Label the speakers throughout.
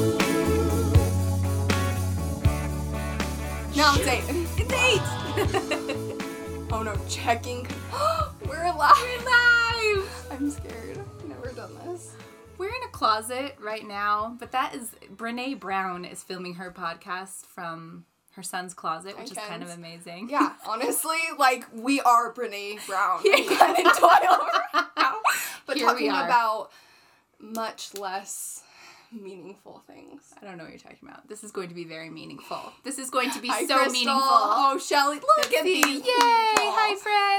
Speaker 1: Oh,
Speaker 2: guys. We're in a closet right now, but that is Brene Brown is filming her podcast from her son's closet, which is kind of
Speaker 1: Jenkins.
Speaker 2: amazing.
Speaker 1: Yeah, honestly, like we are Brene Brown and Glennon Doyle right now, but
Speaker 2: Here we
Speaker 1: talking
Speaker 2: are.
Speaker 1: about much less meaningful things.
Speaker 2: I don't know what you're talking about. This is going to be very meaningful. This is going to be
Speaker 1: Hi,
Speaker 2: so
Speaker 1: Crystal.
Speaker 2: meaningful.
Speaker 1: Oh, Shelly, look at
Speaker 2: See?
Speaker 1: these.
Speaker 2: Yay!
Speaker 1: people.
Speaker 2: Hi,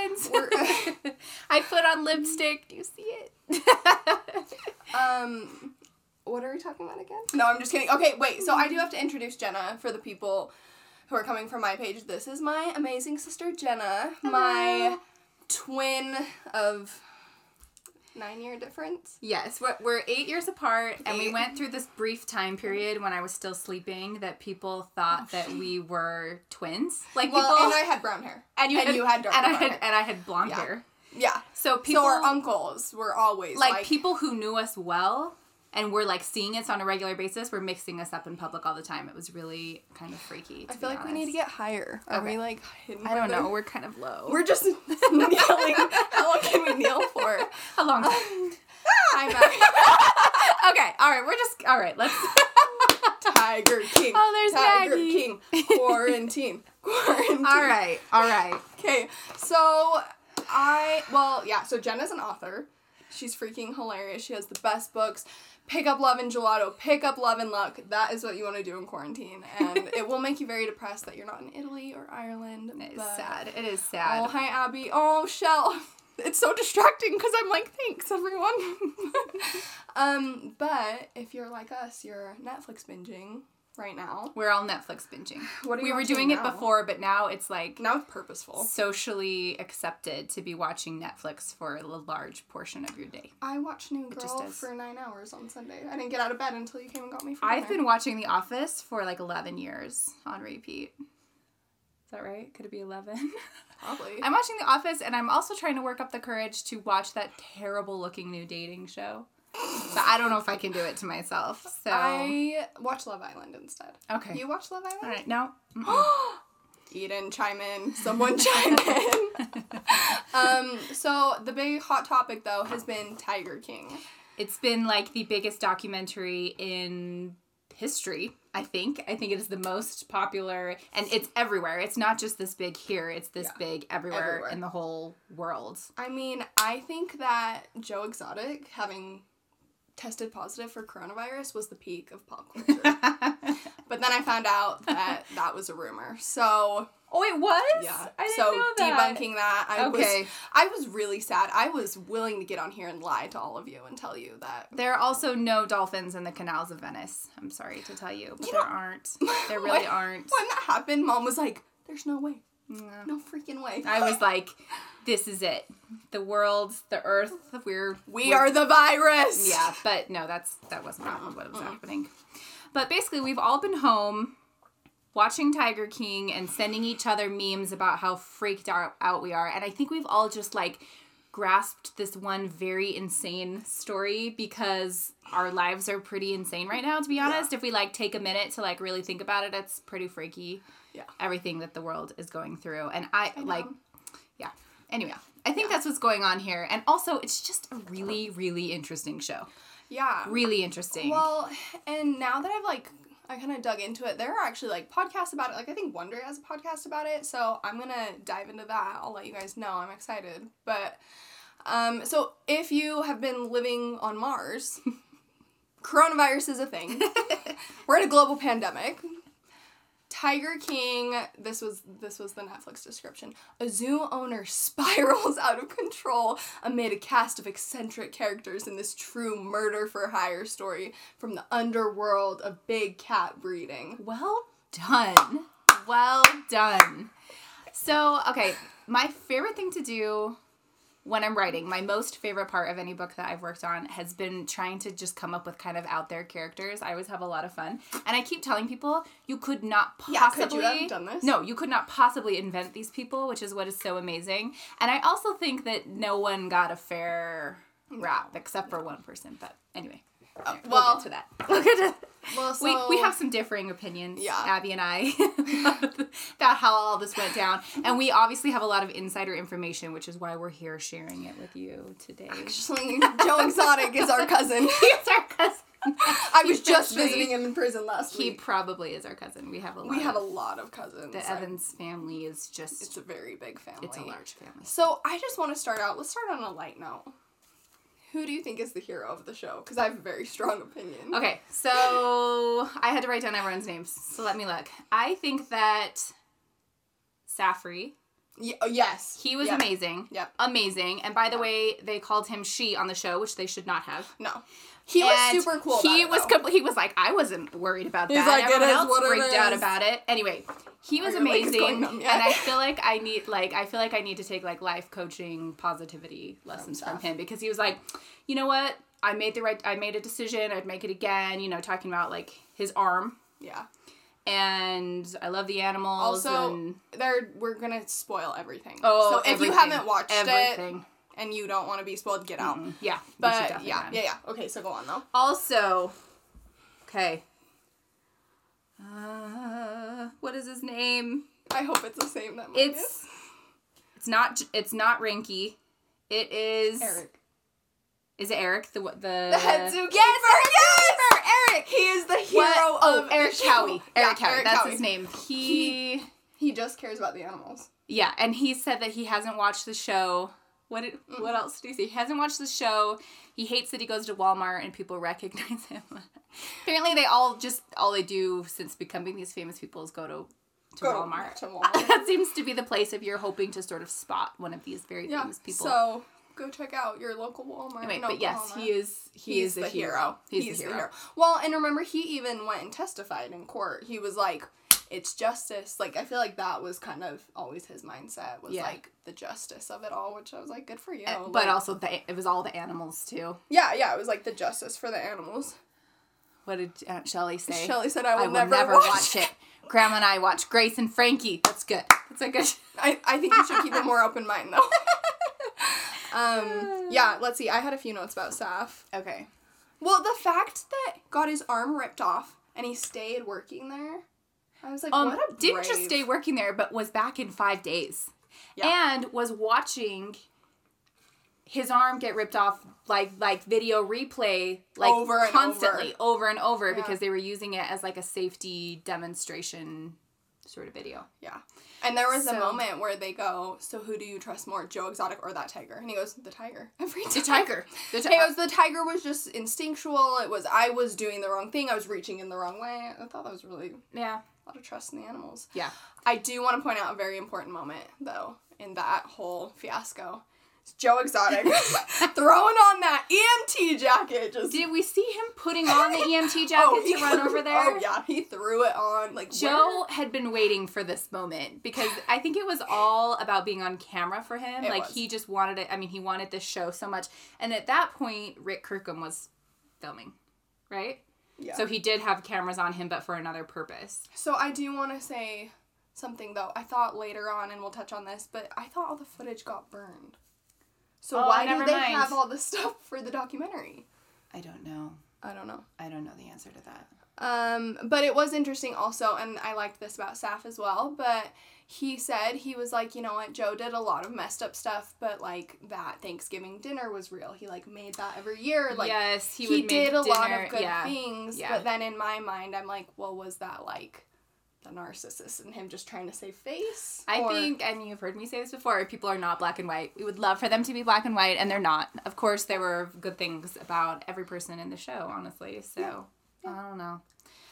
Speaker 2: friends.
Speaker 1: We're-
Speaker 2: I put on lipstick. Do you see it?
Speaker 1: Um, what are we talking about again? No, I'm just kidding. Okay, wait. So I do have to introduce Jenna for the people who are coming from my page. This is my amazing sister Jenna, my twin of nine year difference.
Speaker 2: yes, we're, we're eight years apart, and we
Speaker 1: Eight.
Speaker 2: went through this brief time period when I was still sleeping that people thought that we were twins. Like
Speaker 1: Oh, Well,
Speaker 2: people,
Speaker 1: and I had brown hair.
Speaker 2: and you
Speaker 1: and
Speaker 2: had,
Speaker 1: you had dark
Speaker 2: and I
Speaker 1: brown
Speaker 2: had
Speaker 1: hair.
Speaker 2: and I had blonde
Speaker 1: Yeah.
Speaker 2: hair.
Speaker 1: Yeah.
Speaker 2: So people
Speaker 1: so our uncles were always
Speaker 2: like,
Speaker 1: like,
Speaker 2: people who knew us well and were like seeing us on a regular basis were mixing us up in public all the time. It was really kind of freaky.
Speaker 1: I feel like we need to get higher. Are
Speaker 2: Okay.
Speaker 1: we like hidden?
Speaker 2: I don't
Speaker 1: further?
Speaker 2: know. We're kind of low.
Speaker 1: We're just kneeling. How long can we kneel for?
Speaker 2: a long time.
Speaker 1: I'm a
Speaker 2: okay. All right. We're just all right. Let's.
Speaker 1: Tiger King.
Speaker 2: Oh, there's
Speaker 1: Tiger
Speaker 2: Maggie.
Speaker 1: King. Quarantine. Quarantine.
Speaker 2: all right. All right.
Speaker 1: Okay, so I well yeah. So Jenna's an author. She's freaking hilarious. She has the best books. Pick up Love and Gelato. Pick up Love and Luck. That is what you want to do in quarantine, and it will make you very depressed that you're not in Italy or Ireland.
Speaker 2: It's
Speaker 1: but-
Speaker 2: sad. It is
Speaker 1: Oh
Speaker 2: sad.
Speaker 1: hi Abby. Oh Shell. It's so distracting because I'm like, thanks everyone. um, but if you're like us, you're Netflix binging right now.
Speaker 2: We're all Netflix binging.
Speaker 1: What are
Speaker 2: we
Speaker 1: you
Speaker 2: were
Speaker 1: watching
Speaker 2: doing it
Speaker 1: now?
Speaker 2: before, but now it's like
Speaker 1: Now it's purposeful.
Speaker 2: socially accepted to be watching Netflix for a large portion of your day.
Speaker 1: I watched New
Speaker 2: just
Speaker 1: Girl
Speaker 2: does.
Speaker 1: for nine hours on Sunday. I didn't get out of bed until you came and got me. For
Speaker 2: I've
Speaker 1: dinner.
Speaker 2: been watching The Office for like 11 years on repeat. Is that right? Could it be 11?
Speaker 1: probably.
Speaker 2: I'm watching The Office and I'm also trying to work up the courage to watch that terrible looking new dating show. But I don't know if I can do it to myself. So
Speaker 1: I watch Love Island instead.
Speaker 2: Okay.
Speaker 1: You watch Love Island?
Speaker 2: All right. No. Mm-mm.
Speaker 1: Eden, chime in. Someone chime in. um, so the big hot topic though has been Tiger King.
Speaker 2: It's been like the biggest documentary in history, I think. I think it is the most popular and it's everywhere. It's not just this big here, it's this
Speaker 1: Yeah.
Speaker 2: big everywhere,
Speaker 1: Everywhere.
Speaker 2: in the whole world.
Speaker 1: I mean, I think that Joe Exotic having tested positive for coronavirus was the peak of pop culture. but then I found out that that was a rumor. So
Speaker 2: Oh, it was?
Speaker 1: Yeah.
Speaker 2: I didn't
Speaker 1: so
Speaker 2: know that.
Speaker 1: debunking that, I
Speaker 2: Okay.
Speaker 1: was I was really sad. I was willing to get on here and lie to all of you and tell you that
Speaker 2: There are also no dolphins in the canals of Venice. I'm sorry to tell you, but
Speaker 1: You
Speaker 2: there
Speaker 1: know-
Speaker 2: aren't. There really
Speaker 1: When-
Speaker 2: aren't.
Speaker 1: When that happened, mom was like, "There's no way,
Speaker 2: Yeah.
Speaker 1: no freaking way."
Speaker 2: I was like, this is it. The world, the earth, we're
Speaker 1: we
Speaker 2: we're-
Speaker 1: are the virus.
Speaker 2: Yeah, but no, that's that wasn't what was happening. But basically, we've all been home watching Tiger King and sending each other memes about how freaked out, out we are, and I think we've all just like grasped this one very insane story because our lives are pretty insane right now to be honest if we like take a minute to like really think about it it's pretty freaky
Speaker 1: Yeah.
Speaker 2: everything that the world is going through and i, like
Speaker 1: know.
Speaker 2: yeah anyway i think that's what's going on here and also it's just a really really interesting show
Speaker 1: yeah.
Speaker 2: really interesting.
Speaker 1: Well, and now that I've like I kind of dug into it, there are actually like podcasts about it. Like I think Wonder has a podcast about it, so I'm gonna dive into that. I'll let you guys know. I'm excited, but um, so if you have been living on Mars, coronavirus is a thing. We're in a global pandemic. Tiger King, this was this was the Netflix description. A zoo owner spirals out of control amid a cast of eccentric characters in this true murder for hire story from the underworld of big cat breeding.
Speaker 2: well done. Well done. So, okay, my favorite thing to do when I'm writing, my most favorite part of any book that I've worked on has been trying to just come up with kind of out there characters. I always have a lot of fun. And I keep telling people, you could not
Speaker 1: Yeah,
Speaker 2: possibly
Speaker 1: could you have done this?
Speaker 2: No, you could not possibly invent these people, which is what is so amazing. And I also think that no one got a fair rap except for one person, but anyway.
Speaker 1: Uh,
Speaker 2: We'll
Speaker 1: well,
Speaker 2: get to that. We'll get to
Speaker 1: well, so
Speaker 2: we, we have some differing opinions,
Speaker 1: Yeah.
Speaker 2: Abby and I, about how all this went down. And we obviously have a lot of insider information, which is why we're here sharing it with you today.
Speaker 1: actually Joe Exotic is our cousin.
Speaker 2: He's our cousin.
Speaker 1: I was just
Speaker 2: Actually,
Speaker 1: visiting him in prison last
Speaker 2: He
Speaker 1: week.
Speaker 2: probably is our cousin. We have a lot.
Speaker 1: We have a
Speaker 2: of-
Speaker 1: lot of cousins.
Speaker 2: The
Speaker 1: I-
Speaker 2: Evans family is just,
Speaker 1: It's a very big family.
Speaker 2: it's a large family.
Speaker 1: So I just want to start out. Let's start on a light note. Who do you think is the hero of the show? Because I have a very strong opinion.
Speaker 2: Okay, so I had to write down everyone's names. So let me look. I think that Safri,
Speaker 1: Ye- oh, yes.
Speaker 2: he was
Speaker 1: Yep.
Speaker 2: amazing.
Speaker 1: Yep.
Speaker 2: Amazing. And by the way, they called him she on the show, which they should not have.
Speaker 1: No. He was
Speaker 2: And
Speaker 1: super cool.
Speaker 2: He
Speaker 1: about it,
Speaker 2: was
Speaker 1: though.
Speaker 2: compl- he was like, I wasn't worried about
Speaker 1: He's
Speaker 2: that.
Speaker 1: like, it
Speaker 2: Everyone
Speaker 1: is
Speaker 2: else
Speaker 1: what it
Speaker 2: freaked out
Speaker 1: is.
Speaker 2: about it. Anyway, he was
Speaker 1: your leg is going
Speaker 2: amazing,
Speaker 1: numb,
Speaker 2: and
Speaker 1: yeah.
Speaker 2: I feel like I need like I feel like I need to take like life coaching positivity lessons from
Speaker 1: Saf.
Speaker 2: him because he was like, you know what, I made the right, I made a decision, I'd make it again. You know, talking about like his arm.
Speaker 1: Yeah.
Speaker 2: And I love the animals.
Speaker 1: Also,
Speaker 2: and,
Speaker 1: there we're gonna spoil everything.
Speaker 2: oh,
Speaker 1: so if
Speaker 2: everything,
Speaker 1: you haven't watched it
Speaker 2: everything. Mm,
Speaker 1: and you don't want to be spoiled, get out.
Speaker 2: yeah, we should
Speaker 1: But
Speaker 2: definitely
Speaker 1: yeah,
Speaker 2: not.
Speaker 1: yeah, yeah. Okay, so go on though.
Speaker 2: Also, okay. Uh, what is his name?
Speaker 1: I hope it's the same that mine is.
Speaker 2: It's it's not it's not Rinky. It is
Speaker 1: Eric.
Speaker 2: Is it Eric the what the
Speaker 1: The head zookeeper.
Speaker 2: Yes,
Speaker 1: yes, Eric. He is the hero
Speaker 2: what? oh,
Speaker 1: of
Speaker 2: Eric
Speaker 1: the show.
Speaker 2: Howie.
Speaker 1: Yeah,
Speaker 2: Eric Howie. That's
Speaker 1: Howie.
Speaker 2: his name. He,
Speaker 1: He just cares about the animals.
Speaker 2: yeah, and he said that he hasn't watched the show. What did, what else did he say? He hasn't watched the show. He hates that he goes to Walmart and people recognize him. Apparently, they all just all they do since becoming these famous people is go to to
Speaker 1: Go
Speaker 2: Walmart.
Speaker 1: To Walmart.
Speaker 2: that seems to be the place if you're hoping to sort of spot one of these very
Speaker 1: yeah.
Speaker 2: famous people.
Speaker 1: So go check out your local Walmart.
Speaker 2: anyway,
Speaker 1: in
Speaker 2: but yes,
Speaker 1: Oklahoma.
Speaker 2: he is he
Speaker 1: He's
Speaker 2: is a hero. He's, the hero.
Speaker 1: Well, and remember, he even went and testified in court. He was like, "It's justice." Like I feel like that was kind of always his mindset was
Speaker 2: Yeah.
Speaker 1: like the justice of it all, which I was like, "Good for you."
Speaker 2: And-
Speaker 1: Like,
Speaker 2: but also the, it was all the animals too.
Speaker 1: yeah, yeah, it was like the justice for the animals.
Speaker 2: What did Aunt Shelley say?
Speaker 1: Shelley said, "I will,
Speaker 2: I will never, watch it. Grandma and I watch Grace and Frankie. That's good. That's a good.
Speaker 1: I, I think you should keep a more open mind though. um, yeah, let's see. I had a few notes about Saf.
Speaker 2: Okay.
Speaker 1: Well, the fact that got his arm ripped off and he stayed working there, I was like,
Speaker 2: Um,
Speaker 1: what a
Speaker 2: didn't just
Speaker 1: brave-
Speaker 2: stay working there, but was back in five days,
Speaker 1: Yeah.
Speaker 2: and was watching his arm get ripped off like like video replay like
Speaker 1: Over and
Speaker 2: constantly over. and over because
Speaker 1: Yeah.
Speaker 2: they were using it as like a safety demonstration sort of video.
Speaker 1: Yeah. And there was
Speaker 2: So-
Speaker 1: a moment where they go, So who do you trust more, Joe Exotic or that tiger? And he goes, The tiger. Every time.
Speaker 2: The tiger. The
Speaker 1: He
Speaker 2: tiger.
Speaker 1: goes, The tiger was just instinctual. It was, I was doing the wrong thing. I was reaching in the wrong way. I thought that was really a
Speaker 2: yeah.
Speaker 1: lot of trust in the animals.
Speaker 2: Yeah.
Speaker 1: I do want to point out a very important moment, though, in that whole fiasco. It's Joe Exotic throwing on that EMT jacket. Just
Speaker 2: Did we see him putting on the EMT jacket
Speaker 1: Oh,
Speaker 2: to
Speaker 1: he
Speaker 2: run
Speaker 1: threw-
Speaker 2: over there?
Speaker 1: Oh, yeah. He threw it on. Like,
Speaker 2: Joe had been waiting for this moment because I think it was all about being on camera for him.
Speaker 1: It
Speaker 2: like
Speaker 1: was.
Speaker 2: he just wanted it. I mean, he wanted this show so much. And at that point, Rick Kirkham was filming, right?
Speaker 1: where- yeah.
Speaker 2: So he did have cameras on him, but for another purpose.
Speaker 1: So I do want to say something though. I thought later on, and we'll touch on this, but I thought all the footage got burned. So
Speaker 2: Oh,
Speaker 1: why
Speaker 2: never
Speaker 1: do they
Speaker 2: mind.
Speaker 1: have all this stuff for the documentary?
Speaker 2: I don't know.
Speaker 1: I don't know.
Speaker 2: I don't know the answer to that.
Speaker 1: Um, but it was interesting also, and I liked this about Saf as well. But he said he was like, you know what, Joe did a lot of messed up stuff, but like that Thanksgiving dinner was real. He like made that every year. Like
Speaker 2: yes, he,
Speaker 1: he,
Speaker 2: would
Speaker 1: did
Speaker 2: make
Speaker 1: a lot
Speaker 2: dinner-
Speaker 1: of good
Speaker 2: yeah.
Speaker 1: things.
Speaker 2: Yeah.
Speaker 1: But then in my mind, I'm like, well, was that like the narcissist and him just trying to save face?
Speaker 2: I
Speaker 1: Or-
Speaker 2: think, and you've heard me say this before, people are not black and white. We would love for them to be black and white, and they're not. Of course, there were good things about every person in the show, honestly. So I don't know.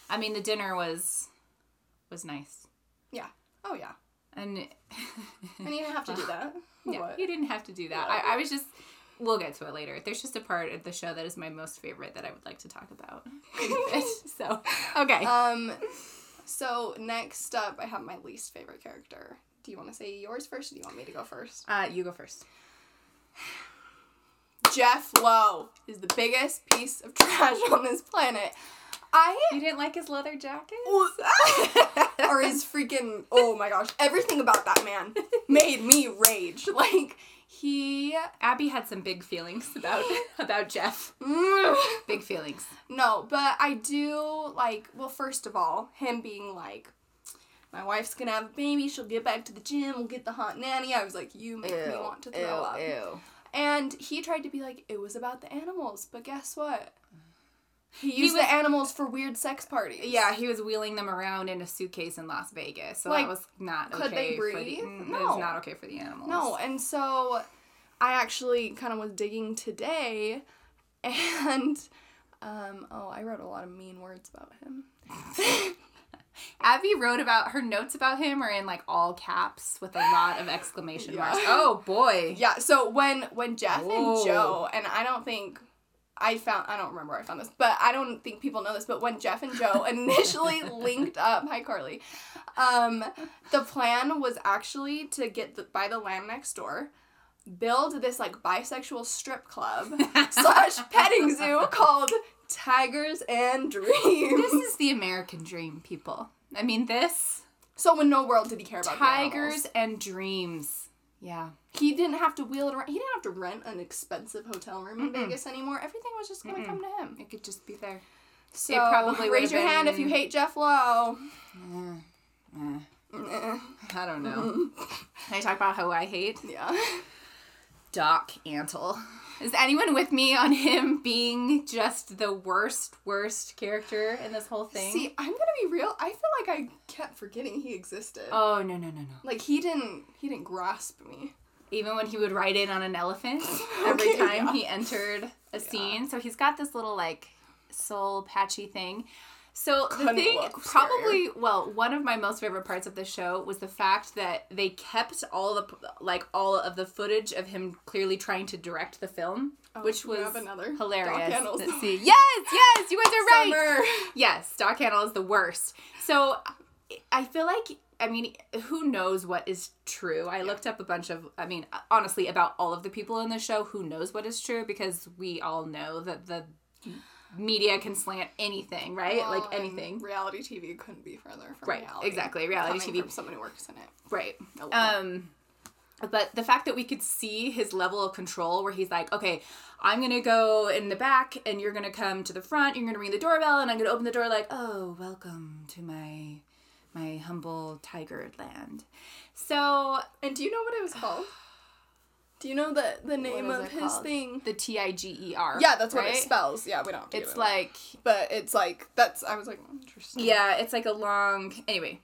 Speaker 2: I mean, the dinner was was nice,
Speaker 1: Yeah. Oh yeah.
Speaker 2: and
Speaker 1: And you didn't have to do that.
Speaker 2: no,
Speaker 1: What?
Speaker 2: you didn't have to do that. I, I was just. We'll get to it later. There's just a part of the show that is my most favorite that I would like to talk about. so, okay.
Speaker 1: Um. So next up, I have my least favorite character. Do you want to say yours first, or do you want me to go first?
Speaker 2: Uh, you go first.
Speaker 1: Jeff Lowe is the biggest piece of trash on this planet. I
Speaker 2: You didn't like his leather jacket?
Speaker 1: or his freaking oh my gosh everything about that man made me rage like He
Speaker 2: Abby had some big feelings about about Jeff.
Speaker 1: Mm.
Speaker 2: Big feelings.
Speaker 1: No, but I do like, well, first of all, him being like, my wife's gonna have a baby, she'll get back to the gym, we'll get the hot nanny. I was like, you make me want to throw up.
Speaker 2: ew.
Speaker 1: And he tried to be like, it was about the animals, but guess what? He used
Speaker 2: was-
Speaker 1: the animals for weird sex parties.
Speaker 2: Yeah, he was wheeling them around in a suitcase in Las Vegas, so
Speaker 1: Like,
Speaker 2: that was not
Speaker 1: could
Speaker 2: okay.
Speaker 1: they
Speaker 2: For the,
Speaker 1: breathe?
Speaker 2: mm, It
Speaker 1: No.
Speaker 2: was not okay for the animals.
Speaker 1: No, and so I actually kind of was digging today, and um, oh, I wrote a lot of mean words about him.
Speaker 2: Abby wrote about her notes about him are in like all caps with a lot of exclamation
Speaker 1: Yeah.
Speaker 2: marks. Oh boy.
Speaker 1: Yeah, so when when Jeff
Speaker 2: Whoa.
Speaker 1: and Joe, and I don't think I found I don't remember where I found this, but I don't think people know this, but when Jeff and Joe initially linked up, hi Carly, um, the plan was actually to get the, buy the land next door, build this like bisexual strip club slash petting zoo called Tigers and
Speaker 2: This
Speaker 1: Dreams.
Speaker 2: is the American dream, people. I mean this
Speaker 1: So in no world did he care about the animals.
Speaker 2: tigers and dreams. Yeah.
Speaker 1: He didn't have to wheel it around. He didn't have to rent an expensive hotel room in Vegas anymore. Everything was just going to come to him.
Speaker 2: It could just be there.
Speaker 1: So
Speaker 2: probably
Speaker 1: raise
Speaker 2: would've
Speaker 1: your hand if you
Speaker 2: been-
Speaker 1: hate Jeff Lowe.
Speaker 2: I don't know. Can I talk about who I hate?
Speaker 1: Yeah.
Speaker 2: Doc Antle. Is anyone with me on him being just the worst, worst character in this whole thing?
Speaker 1: See, I'm gonna be real. I feel like I kept forgetting he existed.
Speaker 2: oh no no no no.
Speaker 1: like he didn't. He didn't grasp me.
Speaker 2: even when he would ride in on an elephant every
Speaker 1: Okay,
Speaker 2: time
Speaker 1: yeah.
Speaker 2: he entered a scene. So he's got this little like soul patchy thing. So the
Speaker 1: Couldn't
Speaker 2: thing
Speaker 1: look scarier.
Speaker 2: probably well one of my most favorite parts of the show was the fact that they kept all the like all of the footage of him clearly trying to direct the film, which
Speaker 1: Oh, we
Speaker 2: was
Speaker 1: have another Doc
Speaker 2: hilarious.
Speaker 1: Annals.
Speaker 2: to see. Yes, yes, you guys are right.
Speaker 1: Summer.
Speaker 2: Yes, Doc Handle is the worst. So I- I feel like I mean, who knows what is true? I looked up a bunch of I mean, honestly, about all of the people in the show, who knows what is true because we all know that the media can slant anything, right?
Speaker 1: Well,
Speaker 2: like
Speaker 1: and
Speaker 2: anything.
Speaker 1: Reality TV couldn't be further from
Speaker 2: Right,
Speaker 1: reality.
Speaker 2: exactly. Reality
Speaker 1: Coming
Speaker 2: TV.
Speaker 1: From someone who works in it.
Speaker 2: Right.
Speaker 1: Oh, wow.
Speaker 2: Um but the fact that we could see his level of control where he's like, "Okay, I'm going to go in the back and you're going to come to the front, you're going to ring the doorbell and I'm going to open the door like, "Oh, welcome to my my humble tiger land." So,
Speaker 1: And do you know what it was called? Do you know the the name
Speaker 2: is
Speaker 1: of
Speaker 2: it
Speaker 1: his
Speaker 2: called?
Speaker 1: thing?
Speaker 2: the T I G E R.
Speaker 1: Yeah, that's what
Speaker 2: right?
Speaker 1: it spells. Yeah, we don't. Have to give
Speaker 2: It's
Speaker 1: it away.
Speaker 2: like
Speaker 1: but it's like that's. I was like, oh, interesting.
Speaker 2: Yeah, it's like a long. Anyway,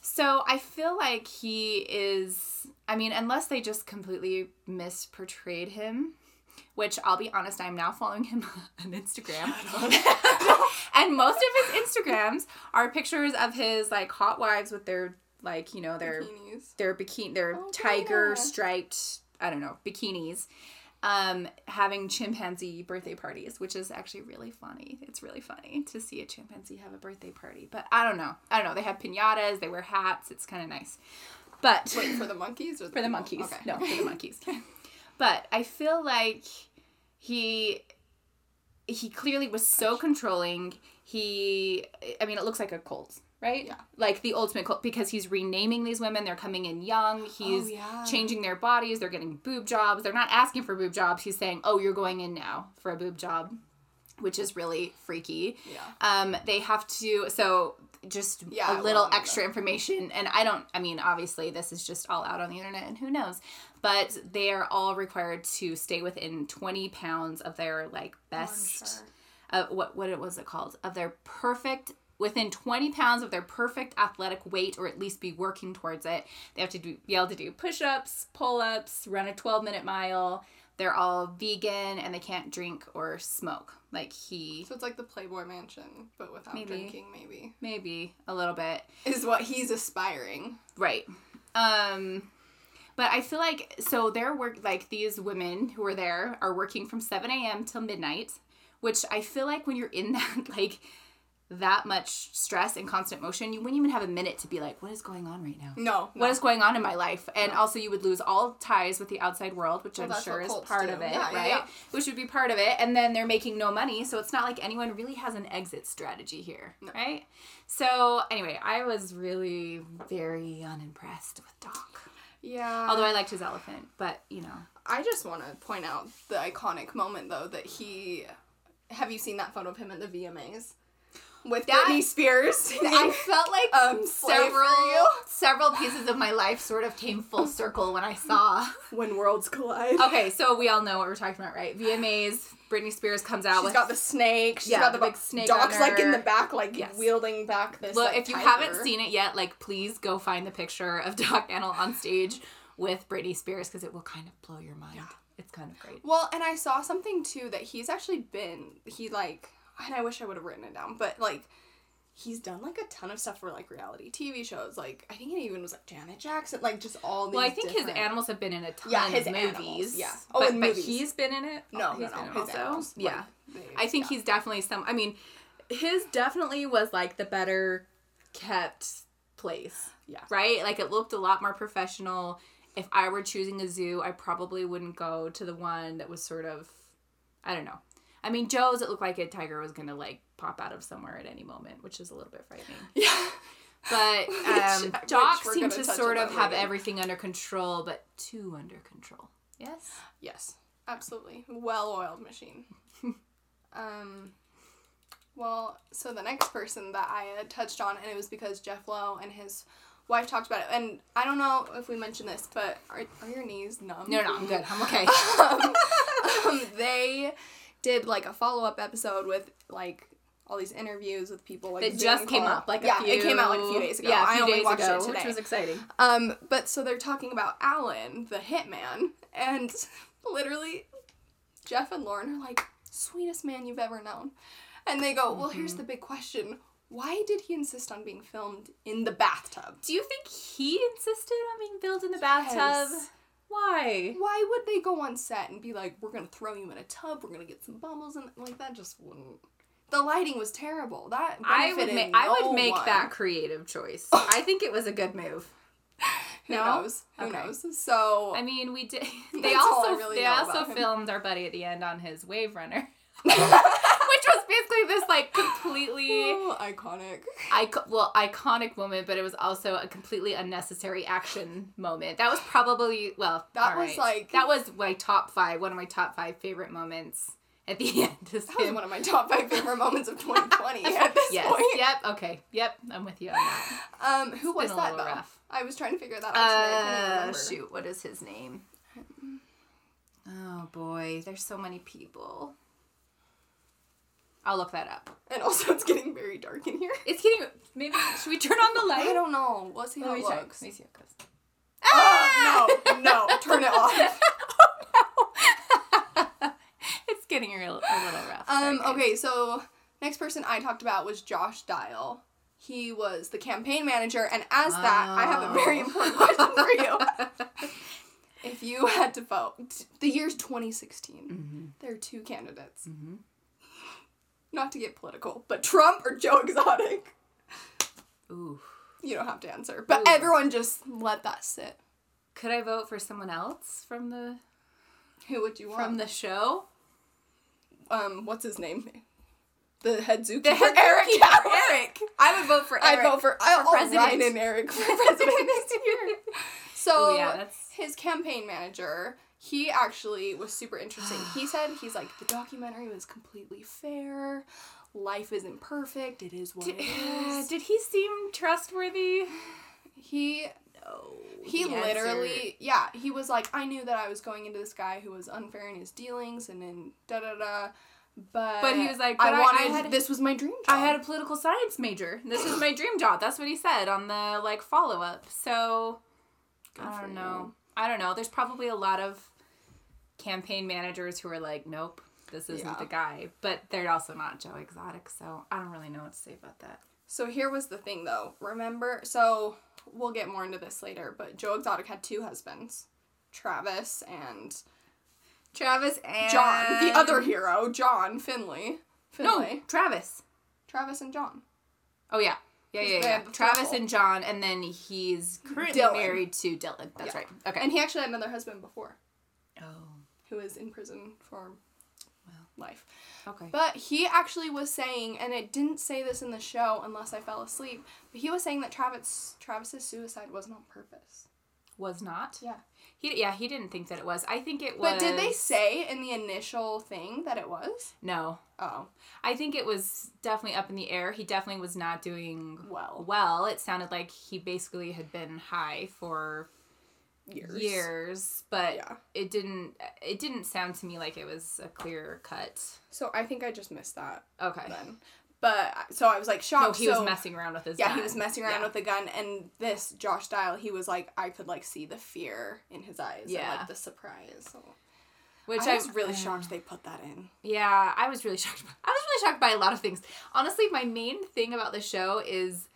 Speaker 2: so I feel like he is. I mean, unless they just completely misportrayed him, which I'll be honest, I'm now following him on Instagram. and most of his Instagrams are pictures of his like hot wives with their like you know their
Speaker 1: Bikinis.
Speaker 2: their bikini their
Speaker 1: Oh,
Speaker 2: tiger
Speaker 1: yeah.
Speaker 2: striped I don't know bikinis. Um, having chimpanzee birthday parties, which is actually really funny. It's really funny to see a chimpanzee have a birthday party. But I don't know. I don't know. They have pinatas. They wear hats. It's kind of nice. But
Speaker 1: Wait for the monkeys or
Speaker 2: for the
Speaker 1: people?
Speaker 2: monkeys.
Speaker 1: Okay.
Speaker 2: No, for the monkeys. But I feel like he he clearly was so controlling. He I mean it looks like a cult, right?
Speaker 1: Yeah.
Speaker 2: Like the ultimate cult because he's renaming these women, they're coming in young, he's
Speaker 1: Oh, yeah.
Speaker 2: changing their bodies, they're getting boob jobs. They're not asking for boob jobs. He's saying, "Oh, you're going in now for a boob job." Which is really freaky.
Speaker 1: Yeah.
Speaker 2: Um, they have to so just
Speaker 1: Yeah, I
Speaker 2: a little
Speaker 1: love that.
Speaker 2: extra information and i don't i mean obviously this is just all out on the internet and who knows but they are all required to stay within 20 pounds of their like best
Speaker 1: sure.
Speaker 2: uh, what what it was it called of their perfect within 20 pounds of their perfect athletic weight or at least be working towards it they have to do, be able to do push-ups pull-ups run a 12 minute mile they're all vegan and they can't drink or smoke like he
Speaker 1: So it's like the Playboy Mansion, but without
Speaker 2: Maybe.
Speaker 1: drinking, maybe
Speaker 2: maybe a little bit
Speaker 1: is what he's aspiring.
Speaker 2: Right. Um but I feel like so their work like these women who are there are working from seven AM till midnight, which I feel like when you're in that like that much stress and constant motion, you wouldn't even have a minute to be like, What is going on right now?
Speaker 1: No,
Speaker 2: What is going on in my life? And also you would lose all ties with the outside world, which I'm
Speaker 1: that's
Speaker 2: sure
Speaker 1: what
Speaker 2: is
Speaker 1: cults
Speaker 2: part
Speaker 1: do.
Speaker 2: of it,
Speaker 1: Yeah, yeah,
Speaker 2: right?
Speaker 1: yeah.
Speaker 2: Which would be part of it. And then they're making no money, so it's not like anyone really has an exit strategy here, right? So anyway, I was really very unimpressed with Doc.
Speaker 1: Yeah.
Speaker 2: Although I liked his elephant, but you know.
Speaker 1: I just want to point out the iconic moment though that he. Have you seen that photo of him at the VMAs with
Speaker 2: That-
Speaker 1: Britney Spears? singing,
Speaker 2: I felt like
Speaker 1: um, Slave for
Speaker 2: several
Speaker 1: You?
Speaker 2: several pieces of my life sort of came full circle when I saw.
Speaker 1: when worlds collide.
Speaker 2: Okay, so we all know what we're talking about, right? VMAs, Britney Spears comes out
Speaker 1: She's
Speaker 2: with
Speaker 1: got the snake. She's
Speaker 2: Yeah,
Speaker 1: got the,
Speaker 2: the
Speaker 1: big
Speaker 2: big snake
Speaker 1: Doc's
Speaker 2: on
Speaker 1: like in the
Speaker 2: her.
Speaker 1: back, like
Speaker 2: Yes.
Speaker 1: wielding back this.
Speaker 2: Well,
Speaker 1: like,
Speaker 2: if you
Speaker 1: tiger.
Speaker 2: haven't seen it yet, like please go find the picture of Doc Annal on stage with Britney Spears because it will kind of blow your mind. It's kind of great.
Speaker 1: Well, and I saw something too that he's actually been he like and I wish I would have written it down, but like he's done like a ton of stuff for like reality TV shows. Like I think it even was like Janet Jackson, like just all these
Speaker 2: Well, I think
Speaker 1: different-
Speaker 2: his animals have been in a ton
Speaker 1: Yeah, his
Speaker 2: of movies.
Speaker 1: animals, yeah. Oh,
Speaker 2: but,
Speaker 1: in
Speaker 2: but
Speaker 1: movies.
Speaker 2: he's been in it. Oh,
Speaker 1: No,
Speaker 2: he's
Speaker 1: no, no,
Speaker 2: been in
Speaker 1: his animals, like,
Speaker 2: yeah,
Speaker 1: they-
Speaker 2: I think
Speaker 1: yeah.
Speaker 2: he's definitely some. I mean, his definitely was like the better kept place.
Speaker 1: Yeah.
Speaker 2: Right. Like it looked a lot more professional. If I were choosing a zoo, I probably wouldn't go to the one that was sort of, I don't know. I mean, Joe's. It looked like a tiger was gonna like pop out of somewhere at any moment, which is a little bit frightening.
Speaker 1: Yeah.
Speaker 2: But um,
Speaker 1: which
Speaker 2: Doc
Speaker 1: we're
Speaker 2: seemed
Speaker 1: gonna
Speaker 2: to
Speaker 1: touch
Speaker 2: sort
Speaker 1: on
Speaker 2: of
Speaker 1: that
Speaker 2: have
Speaker 1: later.
Speaker 2: everything under control, but too under control. Yes.
Speaker 1: Yes, absolutely. Well oiled machine. um, well, so the next person that I had touched on, and it was because Jeff Lowe and his wife talked about it. And I don't know if we mentioned this, but are, are your knees numb?
Speaker 2: No, no, I'm good. I'm okay.
Speaker 1: um, they did like a follow up episode with like all these interviews with people like
Speaker 2: It
Speaker 1: Zoom
Speaker 2: just came
Speaker 1: call.
Speaker 2: up like
Speaker 1: yeah,
Speaker 2: a few.
Speaker 1: it came out like a few days ago.
Speaker 2: Yeah, a
Speaker 1: I
Speaker 2: few
Speaker 1: only
Speaker 2: days
Speaker 1: watched
Speaker 2: ago,
Speaker 1: it today.
Speaker 2: which was exciting.
Speaker 1: Um, but so they're talking about Alan, the hitman, and literally Jeff and Lauren are like, sweetest man you've ever known. And they go, Well,
Speaker 2: Mm-hmm.
Speaker 1: here's the big question. Why did he insist on being filmed in the bathtub?
Speaker 2: Do you think he insisted on being billed in the bathtub?
Speaker 1: Yes.
Speaker 2: Why?
Speaker 1: Why would they go on set and be like, We're gonna throw you in a tub, we're gonna get some bubbles and like that just wouldn't the lighting was terrible. That
Speaker 2: I would
Speaker 1: benefited
Speaker 2: make I
Speaker 1: no
Speaker 2: would make
Speaker 1: one.
Speaker 2: that creative choice. I think it was a good move.
Speaker 1: Who
Speaker 2: No?
Speaker 1: knows? Who
Speaker 2: Okay.
Speaker 1: knows? So
Speaker 2: I mean, we did. They
Speaker 1: That's all I
Speaker 2: also
Speaker 1: really
Speaker 2: they
Speaker 1: know
Speaker 2: also
Speaker 1: about him.
Speaker 2: filmed our buddy at the end on his wave runner, which was basically this like completely
Speaker 1: Oh, iconic.
Speaker 2: ico- well iconic moment, but it was also a completely unnecessary action moment. That was probably well
Speaker 1: That
Speaker 2: all
Speaker 1: was,
Speaker 2: right.
Speaker 1: like-
Speaker 2: that was my top five. One of my top five favorite moments at the end. Is
Speaker 1: That was
Speaker 2: him
Speaker 1: one of my top five favorite moments of 2020 at this
Speaker 2: yes.
Speaker 1: point.
Speaker 2: Yep. Okay. Yep. I'm with you on that.
Speaker 1: Um, who was
Speaker 2: been a
Speaker 1: that
Speaker 2: little
Speaker 1: though?
Speaker 2: rough.
Speaker 1: I was trying to figure that out. Today. I couldn't
Speaker 2: Uh,
Speaker 1: remember.
Speaker 2: shoot. What is his name? Oh boy, there's so many people. I'll look that up.
Speaker 1: And also, it's getting very dark in here.
Speaker 2: It's getting. Maybe should we turn on the
Speaker 1: I
Speaker 2: light?
Speaker 1: don't know. Let's see how
Speaker 2: Let me
Speaker 1: it
Speaker 2: check.
Speaker 1: looks.
Speaker 2: Let me see how it Uh, goes.
Speaker 1: Oh, no, no, turn it off.
Speaker 2: It's getting a little, a little rough.
Speaker 1: Um,
Speaker 2: Sorry, guys.
Speaker 1: okay, so next person I talked about was Josh Dial. He was the campaign manager, and as that, I have a very
Speaker 2: Oh.
Speaker 1: important question for you. if you had to vote, the year's 2016. There are two candidates. Not to get political, but Trump or Joe Exotic.
Speaker 2: Ooh.
Speaker 1: You don't have to answer, but
Speaker 2: Ooh.
Speaker 1: everyone just let that sit.
Speaker 2: Could I vote for someone else from the
Speaker 1: Who would you
Speaker 2: from
Speaker 1: want?
Speaker 2: the show?
Speaker 1: um, what's his name? The head zookeeper.
Speaker 2: head
Speaker 1: Eric.
Speaker 2: zookeeper,
Speaker 1: Eric.
Speaker 2: Eric. I would vote for
Speaker 1: I
Speaker 2: Eric.
Speaker 1: vote for, I'll I'll
Speaker 2: president.
Speaker 1: Ryan and Eric for president this year. So
Speaker 2: Ooh, Oh, yeah, that's-
Speaker 1: his campaign manager, he actually was super interesting. He said he's like the documentary was completely fair. Life isn't perfect. It is what it is.
Speaker 2: Did he seem trustworthy?
Speaker 1: He
Speaker 2: No.
Speaker 1: He literally, yeah, he was like, I knew that I was going into this guy who was unfair in his dealings and in da da da, but
Speaker 2: But he was like,
Speaker 1: I
Speaker 2: "But I- I
Speaker 1: wanted
Speaker 2: had-
Speaker 1: this was my dream job.
Speaker 2: I had a political science major. This is my dream job. That's what he said on the like follow up. So I
Speaker 1: for
Speaker 2: don't
Speaker 1: you.
Speaker 2: know. I don't know. There's probably a lot of campaign managers who are like, nope, this isn't
Speaker 1: Yeah.
Speaker 2: the guy. But they're also not Joe Exotic, so I don't really know what to say about that.
Speaker 1: so here was the thing though. Remember, so we'll get more into this later, but Joe Exotic had two husbands, Travis and
Speaker 2: Travis and
Speaker 1: John, the other hero, John Finley.
Speaker 2: No,
Speaker 1: Finley,
Speaker 2: Travis.
Speaker 1: Travis and John.
Speaker 2: Oh yeah. Yeah,
Speaker 1: He's
Speaker 2: yeah,
Speaker 1: the
Speaker 2: yeah.
Speaker 1: couple.
Speaker 2: Travis and John, and then he's currently
Speaker 1: Dylan.
Speaker 2: married to Dylan. That's
Speaker 1: Yeah.
Speaker 2: right. Okay.
Speaker 1: And he actually had another husband before,
Speaker 2: oh,
Speaker 1: who is in prison for life.
Speaker 2: okay.
Speaker 1: But he actually was saying, and it didn't say this in the show unless I fell asleep, but he was saying that Travis Travis's suicide wasn't on purpose.
Speaker 2: was not.
Speaker 1: Yeah.
Speaker 2: He yeah, he didn't think that it was. I think it was
Speaker 1: But did they say in the initial thing that it was?
Speaker 2: No.
Speaker 1: Oh,
Speaker 2: I think it was definitely up in the air. He definitely was not doing
Speaker 1: well.
Speaker 2: well. It sounded like he basically had been high for years, but
Speaker 1: Yeah.
Speaker 2: it didn't it didn't sound to me like it was a clear cut.
Speaker 1: So I think I just missed that
Speaker 2: Okay.
Speaker 1: then. But so I was like
Speaker 2: No,
Speaker 1: shocked.
Speaker 2: he
Speaker 1: so-
Speaker 2: was messing around with his
Speaker 1: Yeah,
Speaker 2: gun.
Speaker 1: he was messing around
Speaker 2: Yeah.
Speaker 1: with the gun, and this Josh Dial, he was like, I could like see the fear in his eyes, and,
Speaker 2: Yeah.
Speaker 1: like the surprise. So.
Speaker 2: which
Speaker 1: I was really
Speaker 2: uh,
Speaker 1: shocked they put that in.
Speaker 2: Yeah, I was really shocked. I was really shocked by a lot of things. Honestly, my main thing about the show is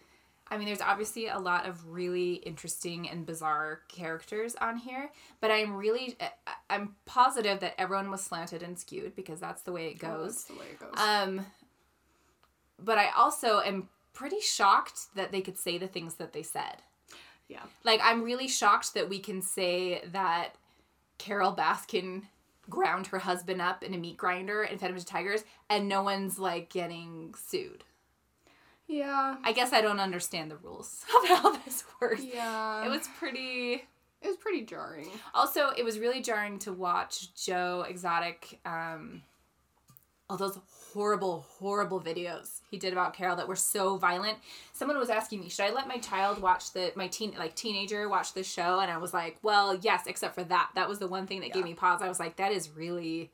Speaker 2: I mean, there's obviously a lot of really interesting and bizarre characters on here, but I'm really I- I'm positive that everyone was slanted and skewed because that's the way it
Speaker 1: Oh, that's
Speaker 2: goes.
Speaker 1: the way it goes.
Speaker 2: Um, but I also am pretty shocked that they could say the things that they said.
Speaker 1: yeah.
Speaker 2: Like, I'm really shocked that we can say that Carol Baskin ground her husband up in a meat grinder and fed him to tigers, and no one's like getting sued.
Speaker 1: Yeah.
Speaker 2: I guess I don't understand the rules of how this works.
Speaker 1: Yeah.
Speaker 2: It was pretty.
Speaker 1: it was pretty jarring.
Speaker 2: Also, it was really jarring to watch Joe Exotic, um, all those horrible, horrible videos he did about Carol that were so violent. Someone was asking me, should I let my child watch the my teen like teenager watch the show? And I was like, well, yes, except for that. That was the one thing that gave
Speaker 1: Yeah.
Speaker 2: me pause. I was like, that is really,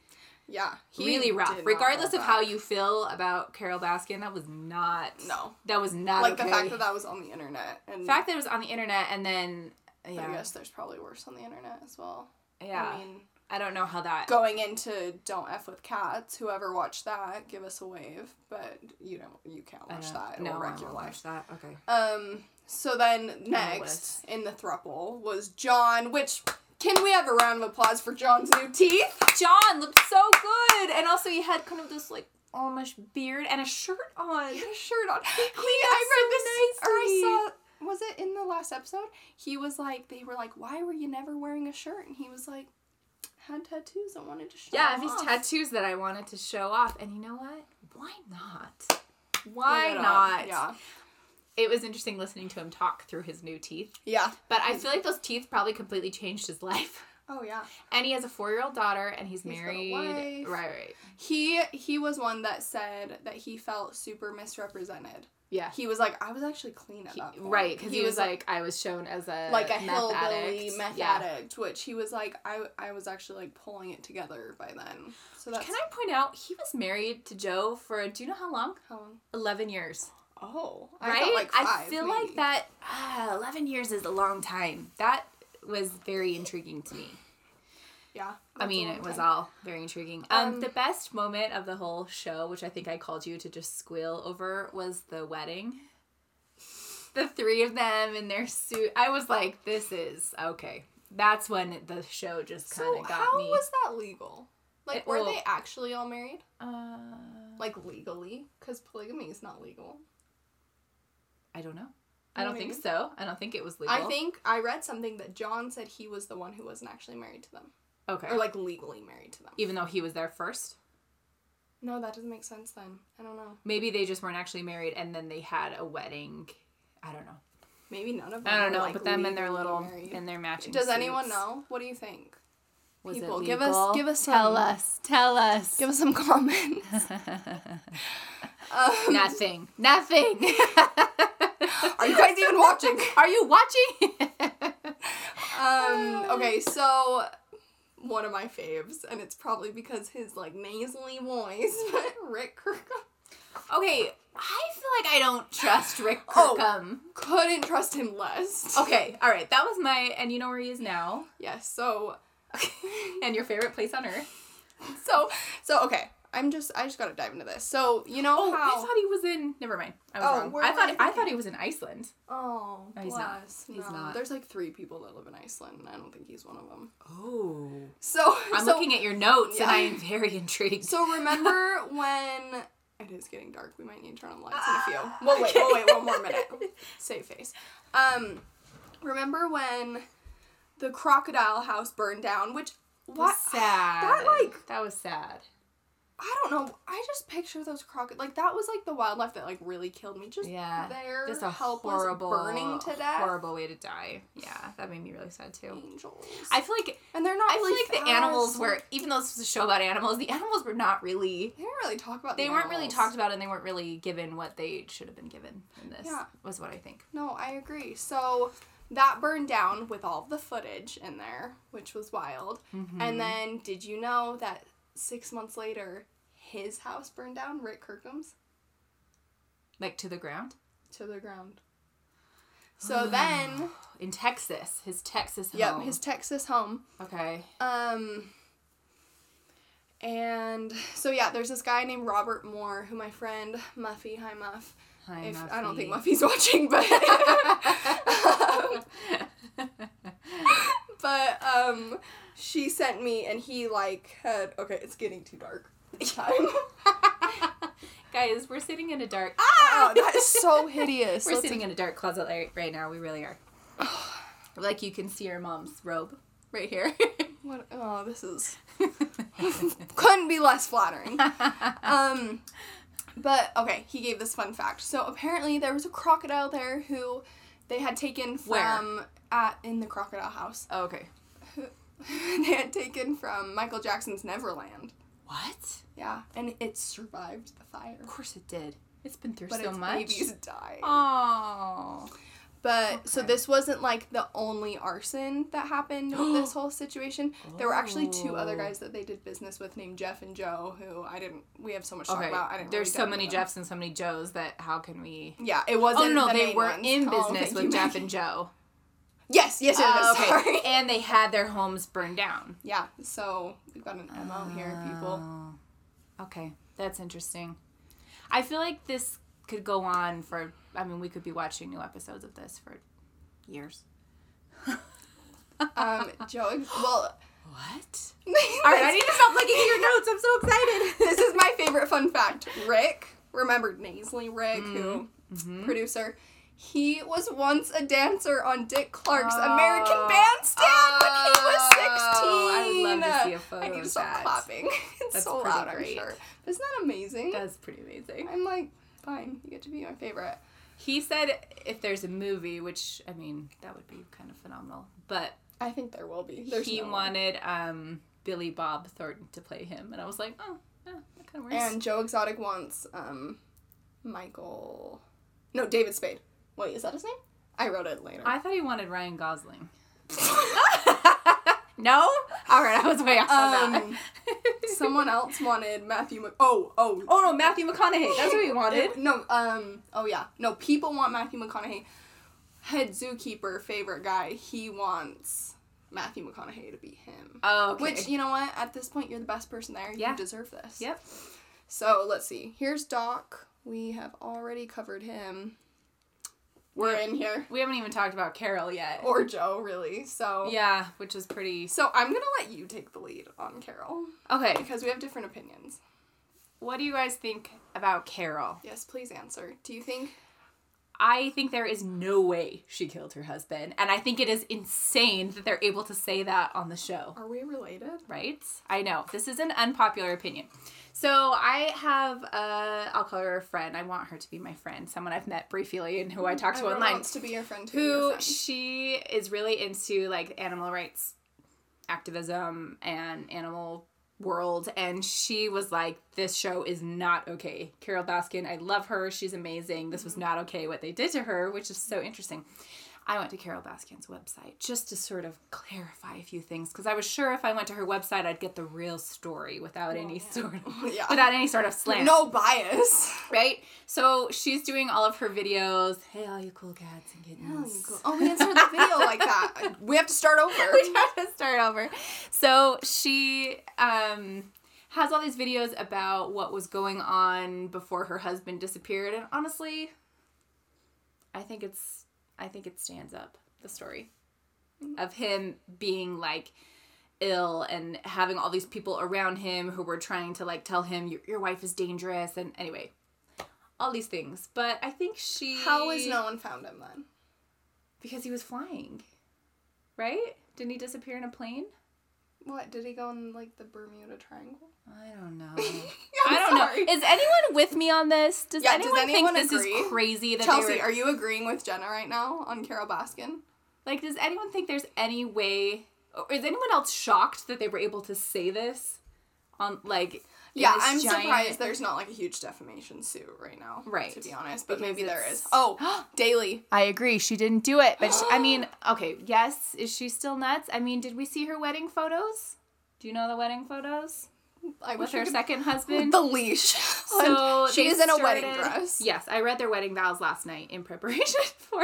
Speaker 1: Yeah. he
Speaker 2: really rough.
Speaker 1: did not
Speaker 2: Regardless
Speaker 1: hold
Speaker 2: of how
Speaker 1: back.
Speaker 2: you feel about Carol Baskin, that was not.
Speaker 1: No.
Speaker 2: that was not
Speaker 1: like
Speaker 2: okay.
Speaker 1: the fact that that was on the internet and
Speaker 2: The fact that it was on the internet and then
Speaker 1: but I
Speaker 2: yeah,
Speaker 1: guess there's probably worse on the internet as well.
Speaker 2: yeah.
Speaker 1: I mean,
Speaker 2: I don't know how that
Speaker 1: going into Don't F with Cats, whoever watched that, give us a wave, but you don't you can't watch that. It'll
Speaker 2: I
Speaker 1: wreck
Speaker 2: won't
Speaker 1: your
Speaker 2: watch
Speaker 1: life.
Speaker 2: that. Okay.
Speaker 1: Um so then next
Speaker 2: list.
Speaker 1: in the thruple was John, which can we have a round of applause for John's new teeth?
Speaker 2: John looked so good, and also he had kind of this like Amish beard and a shirt on.
Speaker 1: He had a shirt on. He
Speaker 2: I read this
Speaker 1: or I saw was it in the last episode? He was like they were like, Why were you never wearing a shirt? And he was like, had tattoos, I wanted to show
Speaker 2: Yeah, if his
Speaker 1: off."
Speaker 2: tattoos that I wanted to show off, and you know what? Why not? Why
Speaker 1: Look it up.
Speaker 2: not?
Speaker 1: Yeah.
Speaker 2: It was interesting listening to him talk through his new teeth,
Speaker 1: Yeah.
Speaker 2: but I feel like those teeth probably completely changed his life.
Speaker 1: Oh yeah.
Speaker 2: And he has a four-year-old daughter, and he's,
Speaker 1: got a
Speaker 2: married.
Speaker 1: wife.
Speaker 2: Right, right.
Speaker 1: He he was one that said that he felt super misrepresented.
Speaker 2: Yeah.
Speaker 1: He was like, I was actually clean at
Speaker 2: He-
Speaker 1: that point.
Speaker 2: right, because he, was like, I was shown as a
Speaker 1: like a
Speaker 2: meth
Speaker 1: hillbilly
Speaker 2: addict.
Speaker 1: meth
Speaker 2: Yeah.
Speaker 1: addict, which he was like, I I was actually like pulling it together by then. So that's
Speaker 2: Can I point out he was married to Joe for do you know how long?
Speaker 1: how long.
Speaker 2: Eleven years.
Speaker 1: Oh, I
Speaker 2: Right?
Speaker 1: felt like five,
Speaker 2: feel
Speaker 1: maybe.
Speaker 2: like that. ah, Eleven years is a long time. That was very intriguing to me.
Speaker 1: Yeah.
Speaker 2: I
Speaker 1: that's
Speaker 2: mean,
Speaker 1: a long
Speaker 2: it was
Speaker 1: time.
Speaker 2: all very intriguing. Um,
Speaker 1: Um,
Speaker 2: the best moment of the whole show, which I think I called you to just squeal over, was the wedding. The three of them in their suit. I was like, this is okay. That's when the show just kind
Speaker 1: So
Speaker 2: of got
Speaker 1: how
Speaker 2: me.
Speaker 1: was that legal? Like,
Speaker 2: It-
Speaker 1: were
Speaker 2: well-
Speaker 1: they actually all married?
Speaker 2: uh,
Speaker 1: Like legally? Because polygamy is not legal.
Speaker 2: I don't know.
Speaker 1: You
Speaker 2: I
Speaker 1: know
Speaker 2: don't
Speaker 1: what I
Speaker 2: think
Speaker 1: mean?
Speaker 2: so. I don't think it was legal.
Speaker 1: I think I read something that John said he was the one who wasn't actually married to them,
Speaker 2: okay.
Speaker 1: or like legally married to them.
Speaker 2: even though he was there first,
Speaker 1: No, that doesn't make sense then. I don't know.
Speaker 2: maybe they just weren't actually married, and then they had a wedding. I don't know.
Speaker 1: Maybe none of them.
Speaker 2: I don't
Speaker 1: were,
Speaker 2: know.
Speaker 1: like,
Speaker 2: but them and their
Speaker 1: legally
Speaker 2: little
Speaker 1: married.
Speaker 2: and their matching.
Speaker 1: Does anyone
Speaker 2: suits.
Speaker 1: know? What do you think?
Speaker 2: Was it
Speaker 1: People, give us-
Speaker 2: legal?
Speaker 1: give us
Speaker 2: tell
Speaker 1: some-
Speaker 2: us tell us
Speaker 1: Give us some comments. um,
Speaker 2: nothing nothing.
Speaker 1: are you guys even watching?
Speaker 2: Are you watching?
Speaker 1: Um, okay, so one of my faves, and it's probably because his like nasally voice, but Rick Kirkham
Speaker 2: okay, I feel like I don't trust Rick
Speaker 1: Oh.
Speaker 2: Kirkham.
Speaker 1: couldn't trust him less.
Speaker 2: Okay, all right. That was my and you know where he is now,
Speaker 1: Yes. So,
Speaker 2: and your favorite place on earth.
Speaker 1: so, so okay. I'm just I just gotta dive into this. So you know
Speaker 2: Oh,
Speaker 1: how
Speaker 2: I thought he was in. Never mind. I was
Speaker 1: Oh,
Speaker 2: wrong.
Speaker 1: where
Speaker 2: I
Speaker 1: was I
Speaker 2: thought I thought
Speaker 1: thinking?
Speaker 2: he was in Iceland.
Speaker 1: Oh,
Speaker 2: No, he's not.
Speaker 1: bless.
Speaker 2: He's
Speaker 1: No.
Speaker 2: not.
Speaker 1: There's like three people that live in Iceland, and I don't think he's one of them.
Speaker 2: Oh.
Speaker 1: So
Speaker 2: I'm
Speaker 1: so,
Speaker 2: looking at your notes and
Speaker 1: Yeah.
Speaker 2: I am very intrigued.
Speaker 1: So remember when it is getting dark? We might need to turn on the lights in a few. Well, wait, we'll wait one more minute. Save face. Um, remember when the crocodile house burned down? Which what?
Speaker 2: sad.
Speaker 1: That like
Speaker 2: that was sad.
Speaker 1: I don't know. I just picture those crocodiles. Like that was like the wildlife that like really killed me. Just
Speaker 2: Yeah.
Speaker 1: there,
Speaker 2: Just a
Speaker 1: helpless,
Speaker 2: horrible,
Speaker 1: burning to death.
Speaker 2: horrible way to die. Yeah, that made me really sad too.
Speaker 1: Angels.
Speaker 2: I feel like
Speaker 1: and they're not.
Speaker 2: I feel like the
Speaker 1: fast.
Speaker 2: animals were, even though this was a show about animals, the animals were not really.
Speaker 1: They didn't really talk about.
Speaker 2: They
Speaker 1: the
Speaker 2: weren't really
Speaker 1: animals.
Speaker 2: talked about, and they weren't really given what they should have been given in this.
Speaker 1: Yeah.
Speaker 2: Was what I think.
Speaker 1: No, I agree. So that burned down with all the footage in there, which was wild.
Speaker 2: Mm-hmm.
Speaker 1: And then, did you know that six months later, his house burned down, Rick Kirkham's,
Speaker 2: Like to the ground
Speaker 1: to the ground. So then,
Speaker 2: in Texas, his Texas home.
Speaker 1: yep, his Texas home.
Speaker 2: okay.
Speaker 1: Um. And so yeah, there's this guy named Robert Moore who my friend Muffy, hi Muff.
Speaker 2: Hi,
Speaker 1: If, I don't think
Speaker 2: Muffy.
Speaker 1: Muffy's watching, but Um, but um, she sent me and he like had okay, it's getting too dark. It's Time.
Speaker 2: Guys, we're sitting in a dark.
Speaker 1: wow, that is so hideous.
Speaker 2: Ah! We're
Speaker 1: Let's-
Speaker 2: sitting in a dark closet right, right now. We really are. like you can see our mom's robe right here.
Speaker 1: What? Oh, this is couldn't be less flattering. um, but okay, he gave this fun fact. So apparently there was a crocodile there who they had taken
Speaker 2: Where?
Speaker 1: from at in the crocodile house.
Speaker 2: okay.
Speaker 1: they had taken from Michael Jackson's Neverland.
Speaker 2: What?
Speaker 1: Yeah, and it survived the fire.
Speaker 2: Of course it did. It's been through
Speaker 1: But
Speaker 2: so
Speaker 1: its
Speaker 2: much.
Speaker 1: babies died.
Speaker 2: Oh.
Speaker 1: But so
Speaker 2: Okay.
Speaker 1: this wasn't like the only arson that happened with this whole situation. There were actually two other
Speaker 2: Oh.
Speaker 1: guys that they did business with named Jeff and Joe, who I didn't. We have so much to
Speaker 2: Okay.
Speaker 1: talk about. I didn't.
Speaker 2: There's
Speaker 1: really
Speaker 2: so
Speaker 1: dive
Speaker 2: many
Speaker 1: into them.
Speaker 2: Jeffs and so many Joes that how can we?
Speaker 1: Yeah, it wasn't.
Speaker 2: Oh no,
Speaker 1: the
Speaker 2: they
Speaker 1: main
Speaker 2: were
Speaker 1: ones.
Speaker 2: in
Speaker 1: Oh,
Speaker 2: business
Speaker 1: thank
Speaker 2: with
Speaker 1: you,
Speaker 2: Jeff
Speaker 1: Maggie.
Speaker 2: and Joe.
Speaker 1: Yes, yes, yes.
Speaker 2: Oh,
Speaker 1: yes, Sorry.
Speaker 2: and they had their homes burned down.
Speaker 1: Yeah, so we've got an MO here, people.
Speaker 2: Oh. Okay, that's interesting. I feel like this could go on for. I mean, we could be watching new episodes of this for years. Uh.
Speaker 1: Um, Joe. ex- Well.
Speaker 2: What? to stop looking at your notes. I'm so excited.
Speaker 1: this is my favorite fun fact. Rick, remembered Naisley Rick,
Speaker 2: Mm-hmm.
Speaker 1: who producer, he was once a dancer on Dick Clark's American
Speaker 2: Oh.
Speaker 1: Bandstand when he
Speaker 2: Oh, I
Speaker 1: was
Speaker 2: would
Speaker 1: sixteen.
Speaker 2: love to see a photo
Speaker 1: I need
Speaker 2: of
Speaker 1: to stop
Speaker 2: that.
Speaker 1: clapping. It's
Speaker 2: That's
Speaker 1: so
Speaker 2: pretty
Speaker 1: loud.
Speaker 2: great.
Speaker 1: I'm sure. Isn't that amazing?
Speaker 2: That's pretty amazing.
Speaker 1: I'm like, fine. You get to be my favorite.
Speaker 2: He said if there's a movie, which I mean, that would be kind of phenomenal. But
Speaker 1: I think there will be. There's
Speaker 2: he
Speaker 1: no way.
Speaker 2: wanted um, Billy Bob Thornton to play him, and I was like, oh, yeah, that kind of works.
Speaker 1: And Joe Exotic wants um, Michael. No, David Spade. Wait, is that his name? I wrote it later.
Speaker 2: I thought he wanted Ryan Gosling. no, all right, I was way off on
Speaker 1: Um,
Speaker 2: that.
Speaker 1: Someone else wanted Matthew. Mc- oh, oh,
Speaker 2: oh no, Matthew McConaughey. That's what he wanted.
Speaker 1: No, um, oh yeah, no. People want Matthew McConaughey. Head zookeeper, favorite guy. He wants Matthew McConaughey to be him.
Speaker 2: Oh, okay.
Speaker 1: Which you know what? At this point, you're the best person there.
Speaker 2: Yeah.
Speaker 1: You deserve this.
Speaker 2: Yep.
Speaker 1: So let's see. Here's Doc. We have already covered him. We're in here.
Speaker 2: We haven't even talked about Carol yet.
Speaker 1: Or Joe, really. So
Speaker 2: yeah, which is pretty.
Speaker 1: So I'm gonna let you take the lead on Carol
Speaker 2: Okay,
Speaker 1: because we have different opinions.
Speaker 2: what do you guys think about Carol?
Speaker 1: Yes, please answer. Do you think
Speaker 2: I think there is no way she killed her husband, and I think it is insane that they're able to say that on the show.
Speaker 1: are we related?
Speaker 2: right? I know this is an unpopular opinion. So I have a, I'll call her a friend. I want her to be my friend, someone I've met briefly and who Mm, I talked to
Speaker 1: Everyone
Speaker 2: online.
Speaker 1: wants to be your friend. Who? your
Speaker 2: Who
Speaker 1: friend.
Speaker 2: she is really into like animal rights activism and animal world, and she was like, "This show is not okay." Carol Baskin, I love her. She's amazing. This
Speaker 1: Mm-hmm.
Speaker 2: was not okay what they did to her, which is so interesting. I went to Carol Baskin's website just to sort of clarify a few things because I was sure if I went to her website I'd get the real story without any sort of
Speaker 1: Yeah.
Speaker 2: without any sort of slant
Speaker 1: No bias.
Speaker 2: right? So she's doing all of her videos. Hey, all you cool cats and kittens.
Speaker 1: Oh, we answered the video like that. We have to start over.
Speaker 2: we have to start over. So she um, has all these videos about what was going on before her husband disappeared, and honestly, I think it's I think it stands up the story
Speaker 1: Mm-hmm.
Speaker 2: of him being like ill and having all these people around him who were trying to like tell him your, your wife is dangerous and anyway all these things but i think she
Speaker 1: How was no one found him then?
Speaker 2: because he was flying right didn't he disappear in a plane
Speaker 1: What did he go in like the Bermuda Triangle?
Speaker 2: I don't know.
Speaker 1: I'm
Speaker 2: I don't
Speaker 1: sorry.
Speaker 2: know. Is anyone with me on this? Does,
Speaker 1: Yeah, does
Speaker 2: anyone,
Speaker 1: anyone
Speaker 2: think this
Speaker 1: agree?
Speaker 2: is crazy that
Speaker 1: Chelsea,
Speaker 2: they were,
Speaker 1: are you agreeing with Jenna right now on Carol Baskin?
Speaker 2: like does anyone think there's any way or is anyone else shocked that they were able to say this on like in
Speaker 1: Yeah,
Speaker 2: this
Speaker 1: I'm
Speaker 2: giant-
Speaker 1: surprised there's not like a huge defamation suit right now.
Speaker 2: Right.
Speaker 1: To be honest, but
Speaker 2: Because
Speaker 1: maybe there
Speaker 2: it's-
Speaker 1: is. Oh, Daily.
Speaker 2: I agree. She didn't do it, but she, I mean, okay, yes, is she still nuts? I mean, did we see her wedding photos? Do you know the wedding photos
Speaker 1: I
Speaker 2: with
Speaker 1: we
Speaker 2: her
Speaker 1: could-
Speaker 2: second
Speaker 1: with
Speaker 2: husband?
Speaker 1: the leash.
Speaker 2: so
Speaker 1: she
Speaker 2: they
Speaker 1: is in a wedding
Speaker 2: started-
Speaker 1: dress.
Speaker 2: Yes, I read their wedding vows last night in preparation for.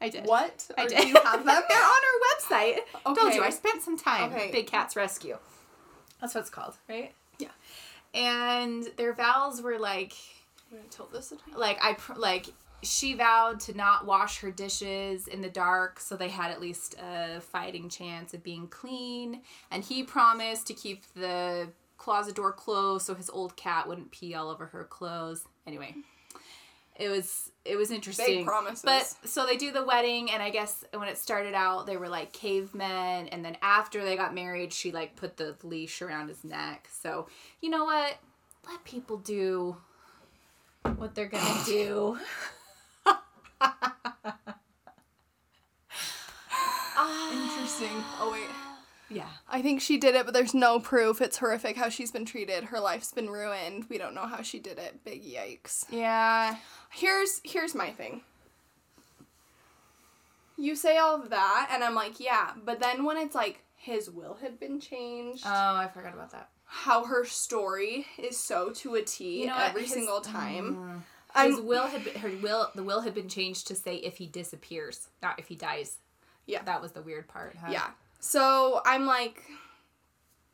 Speaker 2: I did.
Speaker 1: What?
Speaker 2: I
Speaker 1: Or
Speaker 2: did.
Speaker 1: Do you have them?
Speaker 2: They're on our website. Told
Speaker 1: Okay.
Speaker 2: you I spent some time.
Speaker 1: Okay.
Speaker 2: Big Cats Rescue. That's what it's called, right?
Speaker 1: Yeah.
Speaker 2: And their vows were like,
Speaker 1: I'm gonna tilt this. a tiny-
Speaker 2: like I pr- like she vowed to not wash her dishes in the dark so they had at least a fighting chance of being clean and he promised to keep the closet door closed so his old cat wouldn't pee all over her clothes anyway it was it was interesting
Speaker 1: promises.
Speaker 2: but so they do the wedding and i guess when it started out they were like cavemen and then after they got married she like put the leash around his neck so you know what let people do what they're gonna do.
Speaker 1: Interesting. Oh wait.
Speaker 2: Yeah.
Speaker 1: I think she did it, but there's no proof. It's horrific how she's been treated. Her life's been ruined. We don't know how she did it. Big yikes.
Speaker 2: Yeah.
Speaker 1: Here's here's my thing. You say all of that, and I'm like, yeah. But then when it's like his will had been changed,
Speaker 2: Oh, I forgot about that.
Speaker 1: how her story is so to a T
Speaker 2: You know what?
Speaker 1: every
Speaker 2: His- Mm-hmm.
Speaker 1: single time.
Speaker 2: His
Speaker 1: I'm-
Speaker 2: will had been, her will the will had been changed to say if he disappears, not if he dies.
Speaker 1: Yeah.
Speaker 2: That was the weird part. Huh?
Speaker 1: Yeah. So I'm like,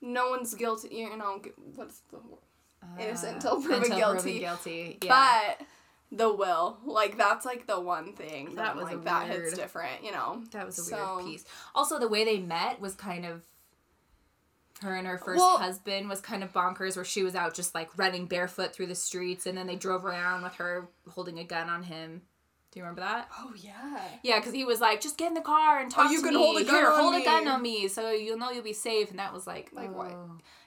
Speaker 1: no one's guilty. You know, gu- what's the word? Innocent until
Speaker 2: Uh,
Speaker 1: proven guilty.
Speaker 2: proven guilty. Yeah.
Speaker 1: But the will, like that's like the one thing that,
Speaker 2: That
Speaker 1: I'm
Speaker 2: was a
Speaker 1: like that hits
Speaker 2: weird-
Speaker 1: different. You know,
Speaker 2: that was a
Speaker 1: So-
Speaker 2: weird piece. Also, the way they met was kind of. Her and her first
Speaker 1: Well-
Speaker 2: husband was kind of bonkers, where she was out just like running barefoot through the streets, and then they drove around with her holding a gun on him. Do you remember that?
Speaker 1: Oh yeah.
Speaker 2: Yeah, because he was like, just get in the car and talk
Speaker 1: you
Speaker 2: to
Speaker 1: can
Speaker 2: me.
Speaker 1: hold a gun
Speaker 2: Here,
Speaker 1: on
Speaker 2: Oh, hold
Speaker 1: me."
Speaker 2: a gun on me, so you'll know you'll be safe. And that was like,
Speaker 1: Like
Speaker 2: oh.
Speaker 1: what?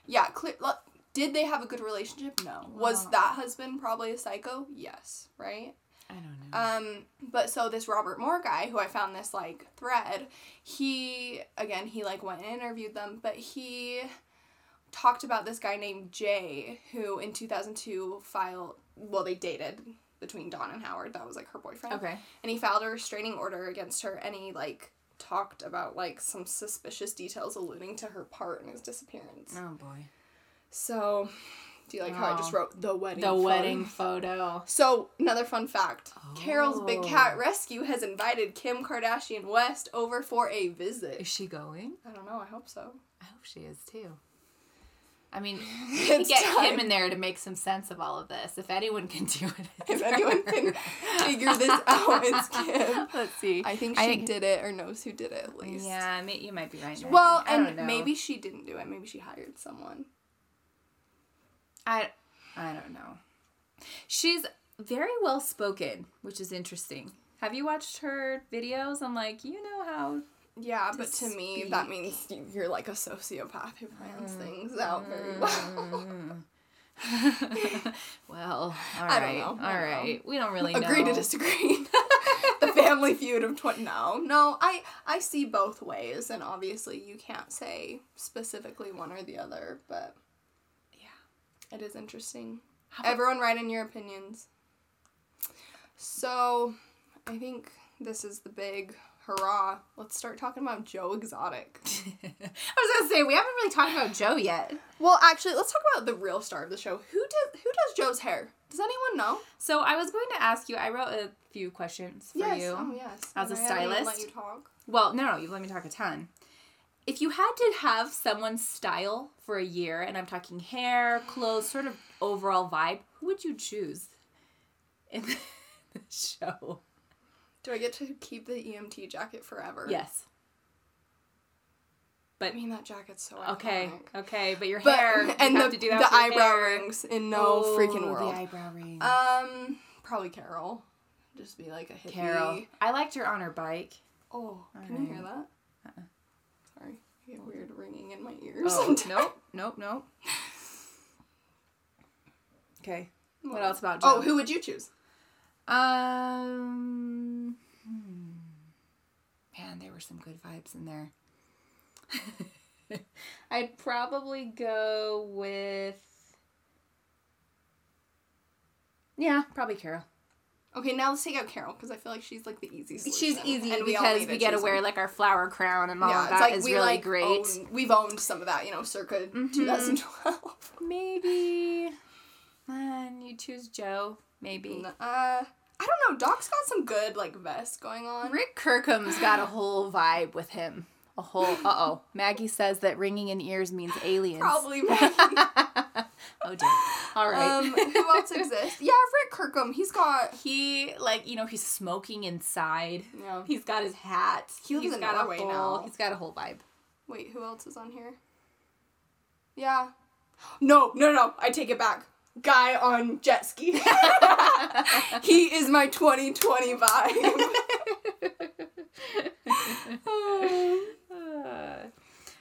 Speaker 1: Yeah, clear. Look, did they have a good relationship? No. Was
Speaker 2: Wow.
Speaker 1: that husband probably a psycho? Yes, right?
Speaker 2: I don't know.
Speaker 1: Um, but so this Robert Moore guy, who I found this like thread, he again he like went and interviewed them, but he talked about this guy named Jay who in 2002 filed well they dated between Dawn and Howard that was like her boyfriend
Speaker 2: okay.
Speaker 1: and he filed a restraining order against her and he like talked about like some suspicious details alluding to her part in his disappearance
Speaker 2: Oh boy.
Speaker 1: so do you like how I just
Speaker 2: Oh.
Speaker 1: wrote the wedding
Speaker 2: The
Speaker 1: photo?
Speaker 2: wedding photo.
Speaker 1: So, another fun fact Carol's Big
Speaker 2: Oh.
Speaker 1: Cat Rescue has invited Kim Kardashian West over for a visit.
Speaker 2: Is she going?
Speaker 1: I don't know, I hope so.
Speaker 2: I hope she is too. I mean,
Speaker 1: It's
Speaker 2: get
Speaker 1: time.
Speaker 2: him in there to make some sense of all of this. If anyone can do it,
Speaker 1: If anyone can figure this out, it's Kim.
Speaker 2: Let's see.
Speaker 1: I think she did it or knows who did it at least.
Speaker 2: Yeah, may, you might be right. Jackie.
Speaker 1: Well,
Speaker 2: I don't know.
Speaker 1: and maybe she didn't do it. Maybe she hired someone.
Speaker 2: I I don't know. She's very well spoken, which is interesting. Have you watched her videos? I'm like, you know how
Speaker 1: Yeah, but to me, that
Speaker 2: speak. Mm.
Speaker 1: means you're like a sociopath who plans things out very well.
Speaker 2: well, all
Speaker 1: I
Speaker 2: right,
Speaker 1: don't know.
Speaker 2: all
Speaker 1: I don't
Speaker 2: right. We don't really
Speaker 1: Agree
Speaker 2: know.
Speaker 1: to disagree. the family feud of twenty. No, no, I I see both ways, and obviously you can't say specifically one or the other, but yeah, it is interesting. Everyone write in your opinions. So, I think this is the big hurrah. Let's start talking about Joe Exotic.
Speaker 2: I was gonna say we haven't really talked about Joe yet.
Speaker 1: well, actually, let's talk about the real star of the show. Who does who does Joe's hair? Does anyone know?
Speaker 2: So I was going to ask you. I wrote a few questions for
Speaker 1: yes.
Speaker 2: you.
Speaker 1: Oh, yes.
Speaker 2: As a
Speaker 1: And I haven't even Let
Speaker 2: stylist?
Speaker 1: you talk.
Speaker 2: Well, no, no, you've let me talk a ton. If you had to have someone's style for a year, and I'm talking hair, clothes, sort of overall vibe, who would you choose in the show?
Speaker 1: Do I get to keep the EMT jacket forever?
Speaker 2: Yes.
Speaker 1: I mean that jacket's so iconic.
Speaker 2: Okay. Okay. But your
Speaker 1: Oh. But
Speaker 2: hair you
Speaker 1: and
Speaker 2: have
Speaker 1: the,
Speaker 2: to do
Speaker 1: the
Speaker 2: that with your
Speaker 1: eyebrow
Speaker 2: hair.
Speaker 1: rings in no
Speaker 2: Oh,
Speaker 1: freaking world.
Speaker 2: The eyebrow ring.
Speaker 1: um, probably Carol. Just be like a hippie.
Speaker 2: Carol. I liked her on her bike.
Speaker 1: Oh, can you hear that? Sorry, I get weird ringing in my ears.
Speaker 2: Uh-uh. Oh,
Speaker 1: sometimes.
Speaker 2: nope, nope, nope. Okay. What else about Joe?
Speaker 1: Oh, who would you choose?
Speaker 2: Um, hmm. man, there were some good vibes in there. I'd probably go with. Yeah, probably Carol.
Speaker 1: Okay, now let's take out Carol because I feel like she's like the easiest.
Speaker 2: She's easy because we, get to wear like our flower crown and all
Speaker 1: yeah,
Speaker 2: of
Speaker 1: it's
Speaker 2: that
Speaker 1: like
Speaker 2: is
Speaker 1: we
Speaker 2: really
Speaker 1: like
Speaker 2: great.
Speaker 1: own- we've owned some of that, you know, circa 2012.
Speaker 2: Maybe. And you choose Joe. Maybe.
Speaker 1: Uh, I don't know. Doc's got some good like vests going on.
Speaker 2: Rick Kirkham's got a whole vibe with him. A whole. Uh oh. Maggie says that ringing in ears means aliens.
Speaker 1: Probably.
Speaker 2: oh dear. All right.
Speaker 1: um, who else exists? Yeah, Rick Kirkham. He's got.
Speaker 2: he like you know he's smoking inside.
Speaker 1: Yeah.
Speaker 2: He's got his hat.
Speaker 1: He lives
Speaker 2: He's
Speaker 1: in
Speaker 2: got
Speaker 1: Norway
Speaker 2: a whole.
Speaker 1: now.
Speaker 2: He's got a whole vibe.
Speaker 1: Wait, who else is on here? Yeah. No, no, no. I take it back. Guy on jet ski. he is my 2020 vibe.
Speaker 2: Uh,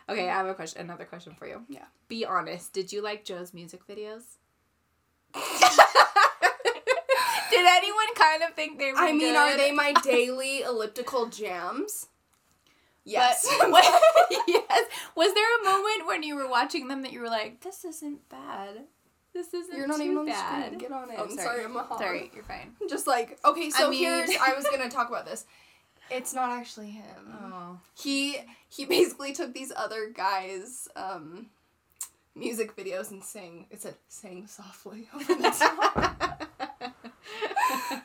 Speaker 2: okay, I have a question. Another question for you.
Speaker 1: Yeah.
Speaker 2: Be honest. Did you like Joe's music videos? Did anyone kind of think they were?
Speaker 1: I mean, are
Speaker 2: good?
Speaker 1: they my daily elliptical jams?
Speaker 2: But
Speaker 1: Yes.
Speaker 2: yes. Was there a moment when you were watching them that you were like, "This isn't bad. This isn't
Speaker 1: You're not
Speaker 2: too
Speaker 1: even on the
Speaker 2: bad."
Speaker 1: screen. Get on it.
Speaker 2: Oh,
Speaker 1: I'm sorry. I'm a hog.
Speaker 2: Sorry, you're fine.
Speaker 1: I'm just like, okay, so
Speaker 2: mean-
Speaker 1: here's I was gonna talk about this. It's not actually him.
Speaker 2: Oh.
Speaker 1: He he basically took these other guys' um music videos and sang it said sang softly over the top.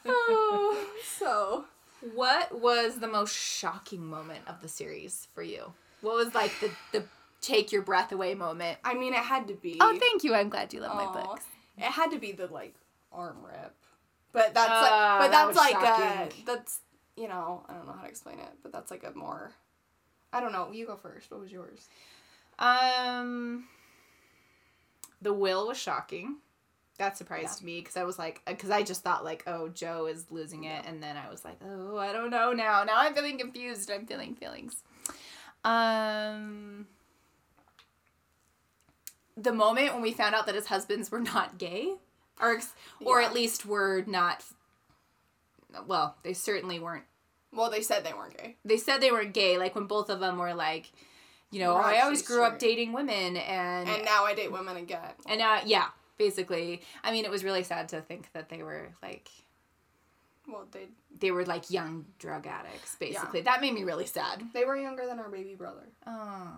Speaker 1: Oh, so
Speaker 2: What was the most shocking moment of the series for you? What was like the the take your breath away moment?
Speaker 1: I mean it had to be
Speaker 2: Oh, thank you. I'm glad you love
Speaker 1: Aw.
Speaker 2: my books.
Speaker 1: It had to be the like arm rip. But that's
Speaker 2: Ah,
Speaker 1: like but
Speaker 2: that
Speaker 1: that's
Speaker 2: was
Speaker 1: like uh
Speaker 2: shocking.
Speaker 1: that's you know, I don't know how to explain it, but that's like a more I don't know, you go first. What was yours?
Speaker 2: Um, the will was shocking. That surprised me because I was like, because I just thought like, oh, Joe is losing it, and then I was like, oh, I don't know now. Now I'm feeling confused. I'm feeling feelings. Um, the moment when we found out that his husbands were not gay, or ex- or
Speaker 1: Yeah.
Speaker 2: at least were not. Well, they certainly weren't
Speaker 1: Well, they said they weren't gay.
Speaker 2: they said they were gay, like when both of them were like, you know,
Speaker 1: We're
Speaker 2: "Oh, I always
Speaker 1: actually
Speaker 2: grew up
Speaker 1: straight."
Speaker 2: dating women and
Speaker 1: And now I date women again.
Speaker 2: and now yeah, basically. I mean, it was really sad to think that they were like
Speaker 1: Well, they
Speaker 2: they were like young drug addicts, basically. That made me really sad.
Speaker 1: they were younger than our baby brother.
Speaker 2: Oh,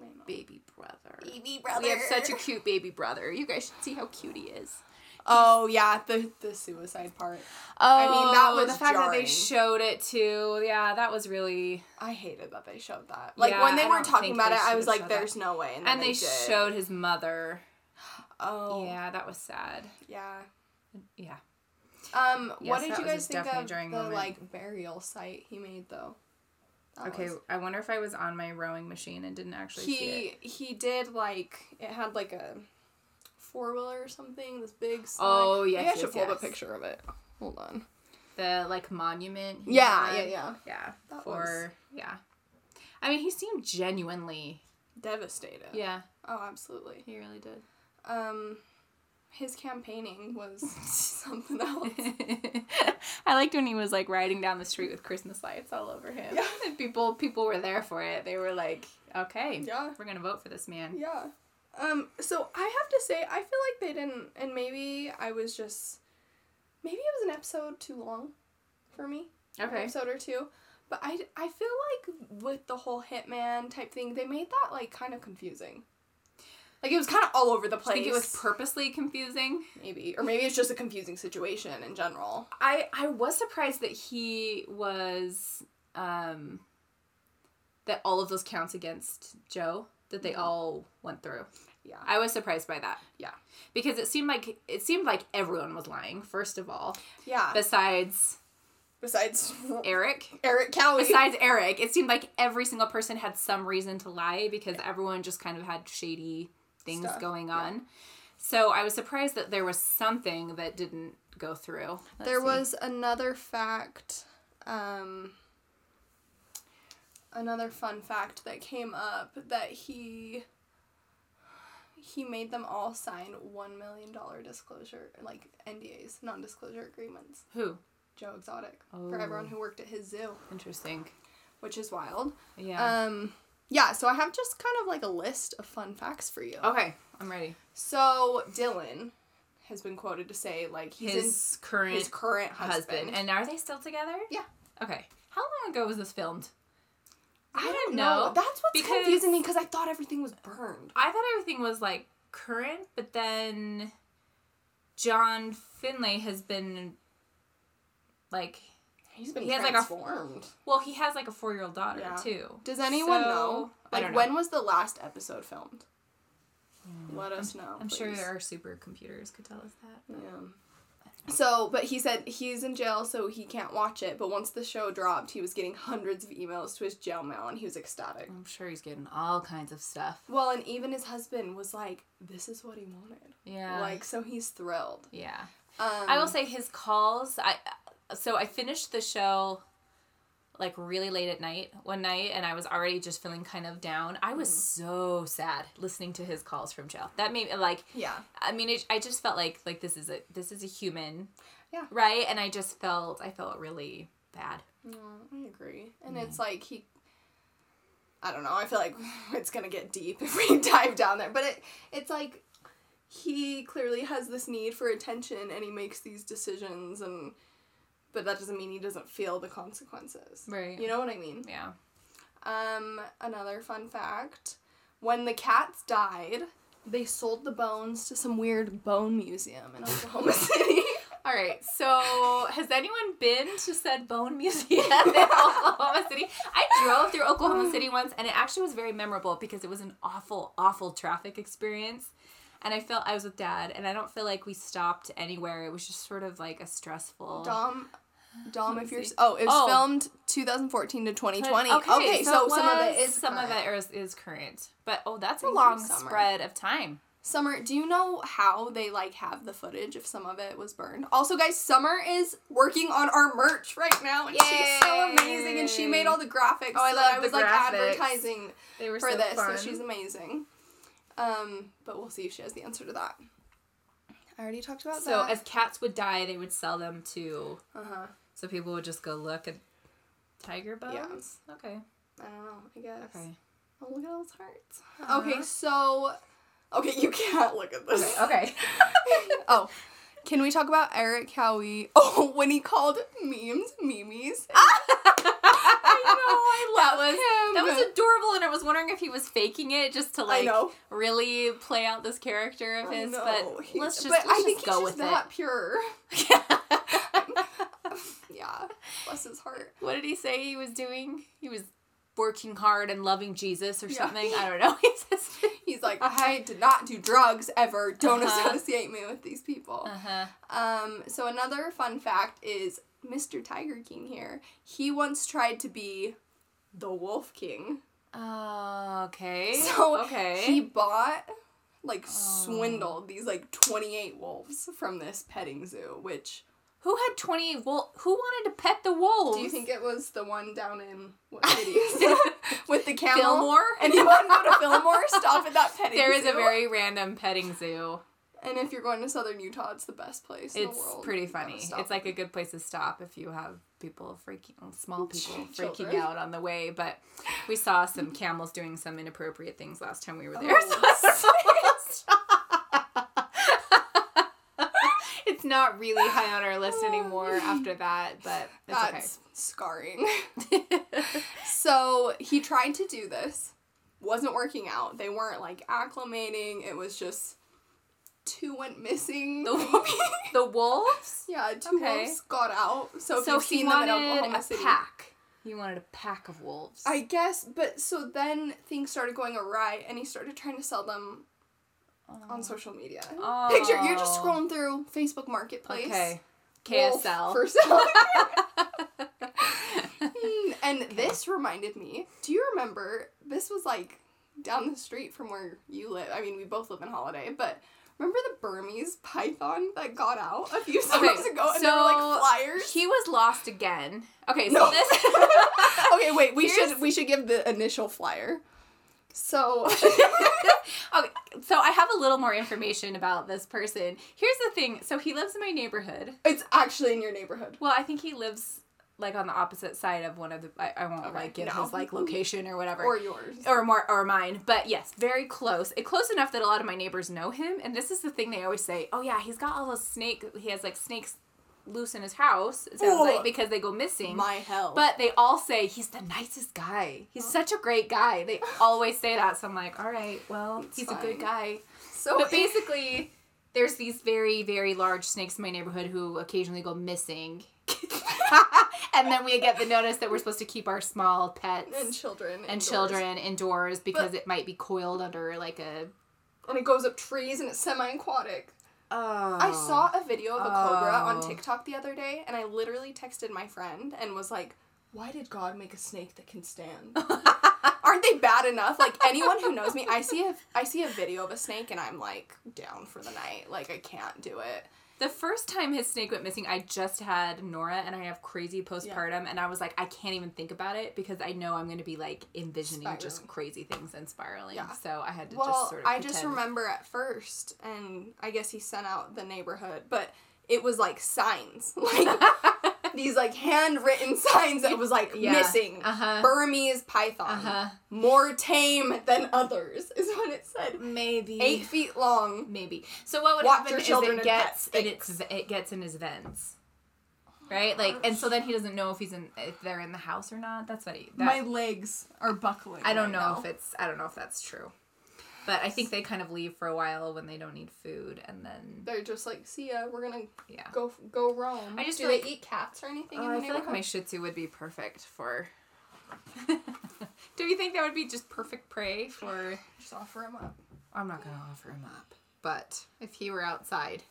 Speaker 1: I know.
Speaker 2: baby brother.
Speaker 1: Baby brother.
Speaker 2: We have such a cute baby brother. You guys should see how cute he is.
Speaker 1: Oh yeah, the the suicide part.
Speaker 2: Oh,
Speaker 1: mean, that was
Speaker 2: the fact that
Speaker 1: jarring.
Speaker 2: they showed it too. Yeah, that was really.
Speaker 1: I hated that they showed that. Like
Speaker 2: Yeah,
Speaker 1: when they
Speaker 2: I
Speaker 1: were
Speaker 2: don't
Speaker 1: talking
Speaker 2: think
Speaker 1: about
Speaker 2: they
Speaker 1: it, I
Speaker 2: should've
Speaker 1: was like,
Speaker 2: showed that.
Speaker 1: "There's no way." And, then
Speaker 2: And they,
Speaker 1: did.
Speaker 2: showed his mother.
Speaker 1: Oh yeah.
Speaker 2: Yeah, that was sad. Yeah.
Speaker 1: Um, what
Speaker 2: Yes,
Speaker 1: did
Speaker 2: that
Speaker 1: you
Speaker 2: was
Speaker 1: guys think
Speaker 2: definitely
Speaker 1: of
Speaker 2: a
Speaker 1: the
Speaker 2: jarring moment.
Speaker 1: like burial site he made though? That
Speaker 2: Okay,
Speaker 1: was-
Speaker 2: I wonder if I was on my rowing machine and didn't actually see it.
Speaker 1: He he did like it had like a four wheeler or something. This big. Sign.
Speaker 2: Oh,
Speaker 1: Maybe
Speaker 2: yes,
Speaker 1: I
Speaker 2: yes,
Speaker 1: should pull up
Speaker 2: yes.
Speaker 1: a picture of it. Hold on.
Speaker 2: The like monument. he
Speaker 1: Yeah,
Speaker 2: had.
Speaker 1: yeah, yeah.
Speaker 2: Yeah.
Speaker 1: That
Speaker 2: for yeah. I mean, he seemed genuinely.
Speaker 1: Devastated.
Speaker 2: Yeah,
Speaker 1: Oh, absolutely.
Speaker 2: he really did.
Speaker 1: Um, his campaigning was something else.
Speaker 2: I liked when he was like riding down the street with Christmas lights all over him.
Speaker 1: Yeah.
Speaker 2: And people people were there for it. They were like, "Okay,
Speaker 1: Yeah.
Speaker 2: we're going to vote for this man."
Speaker 1: Yeah. Um, so I have to say, I feel like they didn't, and maybe I was just, maybe it was an episode too long for me. An
Speaker 2: Okay.
Speaker 1: episode or two. But I, I feel like with the whole Hitman type thing, they made that, like, kind of confusing. Like, it was kind of all over the
Speaker 2: I
Speaker 1: place.
Speaker 2: think it was purposely confusing.
Speaker 1: maybe. Or maybe it's just a confusing situation in general.
Speaker 2: I I was surprised that he was um that all of those counts against Joe that they all went through.
Speaker 1: Mm-hmm. Yeah.
Speaker 2: I was surprised by that.
Speaker 1: Yeah.
Speaker 2: Because it seemed like it seemed like everyone was lying first of all
Speaker 1: Yeah.
Speaker 2: besides
Speaker 1: Besides
Speaker 2: Eric.
Speaker 1: Eric Cowie.
Speaker 2: Besides Eric, it seemed like every single person had some reason to lie because everyone just kind of had shady things
Speaker 1: Stuff,
Speaker 2: going on. So I was surprised that there was something that didn't go through. Let's
Speaker 1: there
Speaker 2: see.
Speaker 1: was another fact um another fun fact that came up that he he made them all sign one million dollar disclosure, like NDAs, non disclosure agreements.
Speaker 2: Who?
Speaker 1: Joe Exotic for
Speaker 2: Oh.
Speaker 1: everyone who worked at his zoo,
Speaker 2: Interesting.
Speaker 1: which is wild.
Speaker 2: Yeah.
Speaker 1: Um, yeah, so I have just kind of like a list of fun facts for you.
Speaker 2: okay, I'm ready.
Speaker 1: So Dylan has been quoted to say like he's
Speaker 2: His
Speaker 1: in
Speaker 2: current
Speaker 1: his current husband.
Speaker 2: husband. And are they still together?
Speaker 1: Yeah.
Speaker 2: Okay. How long ago was this filmed? I don't know.
Speaker 1: That's what's
Speaker 2: because-
Speaker 1: confusing me because I thought everything was burned.
Speaker 2: I thought everything was like current, but then John Finley has been like
Speaker 1: He's been
Speaker 2: He has, like, a-
Speaker 1: transformed.
Speaker 2: well, he has like a four year old daughter
Speaker 1: Yeah.
Speaker 2: too.
Speaker 1: Does anyone
Speaker 2: So,
Speaker 1: know?
Speaker 2: I
Speaker 1: Like
Speaker 2: don't know.
Speaker 1: when was the last episode filmed? Let us know.
Speaker 2: I'm sure
Speaker 1: please.
Speaker 2: our supercomputers could tell us that.
Speaker 1: Yeah. So, but he said he's in jail, so he can't watch it. But once the show dropped, he was getting hundreds of emails to his jail mail, and he was ecstatic.
Speaker 2: I'm sure he's getting all kinds of stuff.
Speaker 1: Well, and even his husband was like, "This is what he wanted."
Speaker 2: Yeah.
Speaker 1: Like, so he's thrilled.
Speaker 2: yeah.
Speaker 1: Um,
Speaker 2: I will say his calls. I so I finished the show like really late at night one night, and I was already just feeling kind of down. I
Speaker 1: Mm.
Speaker 2: was so sad listening to his calls from jail. That made me like
Speaker 1: Yeah.
Speaker 2: I mean, it, I just felt like like this is a this is a human,
Speaker 1: Yeah.
Speaker 2: right? And I just felt I felt really bad.
Speaker 1: I agree. And it's like he I don't know, I feel like it's gonna get deep if we dive down there. But it it's like he clearly has this need for attention and he makes these decisions and but that doesn't mean he doesn't feel the consequences.
Speaker 2: Right.
Speaker 1: You know what I mean?
Speaker 2: Yeah.
Speaker 1: Um, another fun fact. When the cats died, they sold the bones to some weird bone museum in Oklahoma City.
Speaker 2: All right. So has anyone been to said Bone Museum in Oklahoma City? I drove through Oklahoma City once, and it actually was very memorable because it was an awful, awful traffic experience. And I felt I was with dad, and I don't feel like we stopped anywhere. It was just sort of like a stressful.
Speaker 1: Dom, Dom, if
Speaker 2: Let's
Speaker 1: you're
Speaker 2: see.
Speaker 1: oh, it was
Speaker 2: Oh.
Speaker 1: filmed 2014 to 2020. Okay, so,
Speaker 2: it
Speaker 1: some of
Speaker 2: was-
Speaker 1: it is
Speaker 2: some of
Speaker 1: current.
Speaker 2: it is, is current, but oh, that's a
Speaker 1: Thank you,
Speaker 2: long
Speaker 1: Summer.
Speaker 2: spread of time.
Speaker 1: Summer, do you know how they like have the footage if some of it was burned? Also, guys, Summer is working on our merch right now, and she's so amazing, and she
Speaker 2: Yay.
Speaker 1: made all the graphics.
Speaker 2: Oh, I
Speaker 1: that
Speaker 2: love
Speaker 1: I was
Speaker 2: the
Speaker 1: like
Speaker 2: graphics.
Speaker 1: advertising
Speaker 2: They were
Speaker 1: for this, so she's amazing. Um, but we'll see if she has the answer to that. I already talked about
Speaker 2: So
Speaker 1: that.
Speaker 2: as cats would die, they would sell them to.
Speaker 1: uh huh.
Speaker 2: So people would just go look at tiger bones. Okay.
Speaker 1: I don't know. I guess.
Speaker 2: Okay.
Speaker 1: Oh, look at all those hearts.
Speaker 2: Uh-huh.
Speaker 1: Okay, so. Okay, you can't look at this.
Speaker 2: Okay.
Speaker 1: oh, can we talk about Eric Howie? Oh, when he called memes memes.
Speaker 2: I know. I
Speaker 1: That
Speaker 2: love that
Speaker 1: was-
Speaker 2: was
Speaker 1: him.
Speaker 2: that was adorable, and I was wondering if he was faking it just to like
Speaker 1: know.
Speaker 2: really play out this character of
Speaker 1: I
Speaker 2: his.
Speaker 1: know,
Speaker 2: But
Speaker 1: he-
Speaker 2: let's just
Speaker 1: but
Speaker 2: let's
Speaker 1: I think
Speaker 2: just
Speaker 1: he's
Speaker 2: go
Speaker 1: just
Speaker 2: with
Speaker 1: that pure.
Speaker 2: it.
Speaker 1: yeah, bless his heart.
Speaker 2: what did he say he was doing? He was working hard and loving Jesus or
Speaker 1: Yeah.
Speaker 2: something. I don't know. He says.
Speaker 1: He's like, I did not do drugs ever. Don't
Speaker 2: Uh-huh.
Speaker 1: associate me with these people.
Speaker 2: Uh huh.
Speaker 1: Um, so another fun fact is Mr. Tiger King here. He once tried to be the Wolf King.
Speaker 2: Oh, okay.
Speaker 1: So
Speaker 2: okay. Oh.
Speaker 1: he bought like swindled these like 28 wolves from this petting zoo, which
Speaker 2: who had twenty? Well, who wanted to pet the wolves?
Speaker 1: Do you think it was the one down in what city is it? with the camel?
Speaker 2: Fillmore?
Speaker 1: Anyone go to Fillmore? Stop at that petting
Speaker 2: there is a
Speaker 1: zoo.
Speaker 2: very random petting zoo?
Speaker 1: and if you're going to southern Utah, it's the best place. in the
Speaker 2: It's
Speaker 1: world.
Speaker 2: pretty
Speaker 1: You gotta
Speaker 2: funny.
Speaker 1: stop
Speaker 2: It's like
Speaker 1: in-
Speaker 2: a good place to stop if you have people freaking, small people freaking
Speaker 1: Children.
Speaker 2: out on the way. But we saw some camels doing some inappropriate things last time we were there.
Speaker 1: Oh,
Speaker 2: so I don't know. it's not really high on our list anymore after that, but it's
Speaker 1: Oh, that's scarring.
Speaker 2: okay.
Speaker 1: so he tried to do this, wasn't working out. They weren't like acclimating. It was just two went missing.
Speaker 2: The wolves? the wolves.
Speaker 1: yeah, two
Speaker 2: Okay.
Speaker 1: wolves got out. So if
Speaker 2: so
Speaker 1: you've
Speaker 2: he
Speaker 1: seen them in
Speaker 2: wanted
Speaker 1: Oklahoma
Speaker 2: a
Speaker 1: City,
Speaker 2: pack. He wanted a pack of wolves.
Speaker 1: I guess, but so then things started going awry, and he started trying to sell them on social media.
Speaker 2: Oh.
Speaker 1: Picture you're just scrolling through Facebook Marketplace.
Speaker 2: okay.
Speaker 1: Wolf
Speaker 2: KSL.
Speaker 1: for sale. Hmm, and this reminded me. Do you remember? This was like down the street from where you live. I mean, we both live in Holiday, but. Remember the Burmese python that got out a few summers ago and they were
Speaker 2: so
Speaker 1: like flyers?
Speaker 2: He was lost again. Okay, so
Speaker 1: No.
Speaker 2: this
Speaker 1: okay, wait, we
Speaker 2: Here's-
Speaker 1: should we should give the initial flyer. So
Speaker 2: Okay, So I have a little more information about this person. Here's the thing. So he lives in my neighborhood.
Speaker 1: It's actually in your neighborhood.
Speaker 2: Well, I think he lives like on the opposite side of one of the. I, I won't
Speaker 1: Okay,
Speaker 2: like give
Speaker 1: no.
Speaker 2: his like location or whatever.
Speaker 1: Or yours.
Speaker 2: or more or mine but yes very close it close enough that a lot of my neighbors know him and this is the thing they always say oh yeah he's got all those snake he has like snakes loose in his house it sounds
Speaker 1: Ugh.
Speaker 2: like because they go missing
Speaker 1: My hell.
Speaker 2: but they all say he's the nicest guy he's such a great guy they always say that so i'm like all right well he's a
Speaker 1: fine.
Speaker 2: good guy
Speaker 1: so
Speaker 2: but basically there's these very very large snakes in my neighborhood who occasionally go missing and then we get the notice that we're supposed to keep our small pets
Speaker 1: and children
Speaker 2: and
Speaker 1: indoors.
Speaker 2: children indoors because it might be coiled under like a.
Speaker 1: and it goes up trees and it's semi-aquatic.
Speaker 2: Oh.
Speaker 1: I saw a video of a cobra on
Speaker 2: Oh.
Speaker 1: TikTok the other day, and I literally texted my friend and was like, "Why did God make a snake that can stand? Aren't they bad enough? Like anyone who knows me, I see a I see a video of a snake, and I'm like down for the night. Like I can't do it.
Speaker 2: the first time his snake went missing. I just had Nora, and I have crazy postpartum, and I was like, I can't even think about it because I know I'm going to be like envisioning just
Speaker 1: Spiraling.
Speaker 2: crazy things and spiraling.
Speaker 1: Yeah.
Speaker 2: So I had to
Speaker 1: well,
Speaker 2: just sort of.
Speaker 1: I just
Speaker 2: pretend.
Speaker 1: remember at first, and I guess he sent out the neighborhood, but it was like signs, like these like handwritten signs that was like
Speaker 2: Yeah.
Speaker 1: missing
Speaker 2: Uh-huh.
Speaker 1: Burmese python,
Speaker 2: Uh-huh.
Speaker 1: more tame than others is what it said.
Speaker 2: Mm. Maybe
Speaker 1: Eight feet long.
Speaker 2: maybe. So what would
Speaker 1: Watch
Speaker 2: happen
Speaker 1: your
Speaker 2: is
Speaker 1: children
Speaker 2: it
Speaker 1: and
Speaker 2: gets
Speaker 1: pet
Speaker 2: in its
Speaker 1: snakes.
Speaker 2: it gets in his vents, right? Like, and so then he doesn't know if he's in if they're in the house or not. That's what he. That,
Speaker 1: legs are buckling.
Speaker 2: I don't know if it's I don't know if that's true. But I think they kind of leave for a while when they don't need food and then
Speaker 1: They're just like, see ya. We're gonna
Speaker 2: yeah.
Speaker 1: go go roam.
Speaker 2: I just
Speaker 1: do
Speaker 2: feel
Speaker 1: they
Speaker 2: like-
Speaker 1: eat cats or anything? in
Speaker 2: Oh,
Speaker 1: the
Speaker 2: I feel like
Speaker 1: neighborhood?
Speaker 2: my Shih Tzu would be perfect for. Do you think that would be just perfect prey for?
Speaker 1: just offer them up.
Speaker 2: I'm not gonna offer him up, but if he were outside,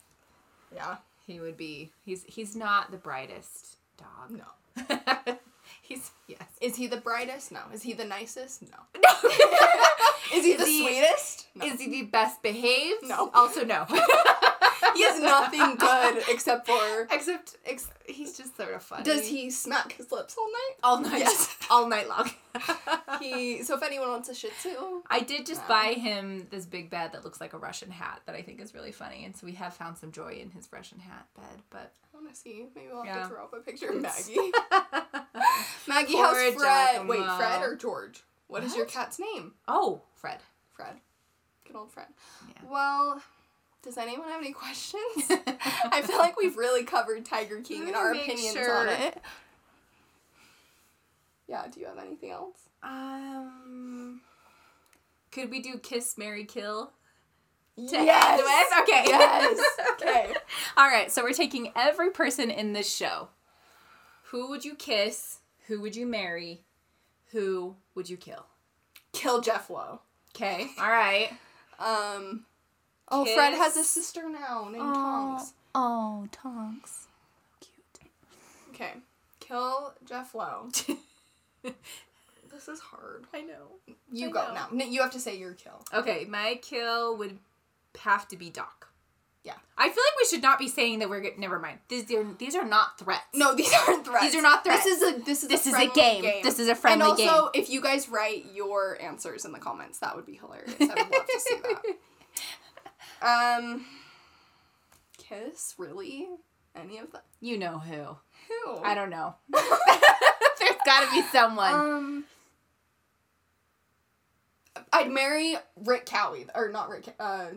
Speaker 1: Yeah.
Speaker 2: he would be. He's he's not the brightest dog.
Speaker 1: No.
Speaker 2: he's yes.
Speaker 1: Is he the brightest? No. Is he the nicest? No. Is he the
Speaker 2: he-
Speaker 1: sweetest? No.
Speaker 2: Is he the best behaved?
Speaker 1: No.
Speaker 2: Also no.
Speaker 1: he has nothing good except for.
Speaker 2: except ex- he's just sort of funny.
Speaker 1: Does he smack his lips all night?
Speaker 2: all night?
Speaker 1: Yes.
Speaker 2: All night long.
Speaker 1: He. So if anyone wants a Shih Tzu,
Speaker 2: I did just
Speaker 1: Wow.
Speaker 2: buy him this big bed that looks like a Russian hat that I think is really funny, and so we have found some joy in his Russian hat bed. But
Speaker 1: I want to see. Maybe we'll have
Speaker 2: Yeah.
Speaker 1: to throw up a picture of Maggie. Maggie,
Speaker 2: Poor
Speaker 1: how's Fred? Wait,
Speaker 2: Giacomo.
Speaker 1: Fred or George? what is your
Speaker 2: What?
Speaker 1: cat's name?
Speaker 2: oh, Fred,
Speaker 1: Fred. Good old Fred.
Speaker 2: Yeah.
Speaker 1: Well, does anyone have any questions? I feel like we've really covered Tiger King and our
Speaker 2: Make
Speaker 1: opinions
Speaker 2: sure.
Speaker 1: on it. Yeah, do you have anything else?
Speaker 2: um, could we do kiss, marry, kill? To end
Speaker 1: yes!
Speaker 2: with? Okay.
Speaker 1: Yes! Okay.
Speaker 2: All right. So we're taking every person in this show. Who would you kiss? Who would you marry? Who would you kill?
Speaker 1: Kill Jeff Lowe.
Speaker 2: Okay. All right.
Speaker 1: Um, oh, Fred
Speaker 2: Kiss.
Speaker 1: has a sister now named Tonks.
Speaker 2: Oh, Tonks.
Speaker 1: Okay. Kill Jeff Lowe.
Speaker 2: Cute.
Speaker 1: This is hard.
Speaker 2: I know.
Speaker 1: You
Speaker 2: I
Speaker 1: go
Speaker 2: know.
Speaker 1: now. No, you have to say your kill.
Speaker 2: Okay, my kill would have to be Doc.
Speaker 1: Yeah.
Speaker 2: I feel like we should not be saying that we're good. Never mind. These are these are not threats.
Speaker 1: No, these aren't threats.
Speaker 2: These are not
Speaker 1: This is a this is
Speaker 2: This
Speaker 1: a
Speaker 2: is a
Speaker 1: friendly
Speaker 2: game. This is a friendly
Speaker 1: And also, if you guys write your answers in the comments, that would be hilarious. I would love to see that. Um, kiss really? Any of them?
Speaker 2: you know who?
Speaker 1: Who?
Speaker 2: I don't know. There's got to be someone.
Speaker 1: Um, I'd marry Rick Cowie or not Rick. Ca- Uh,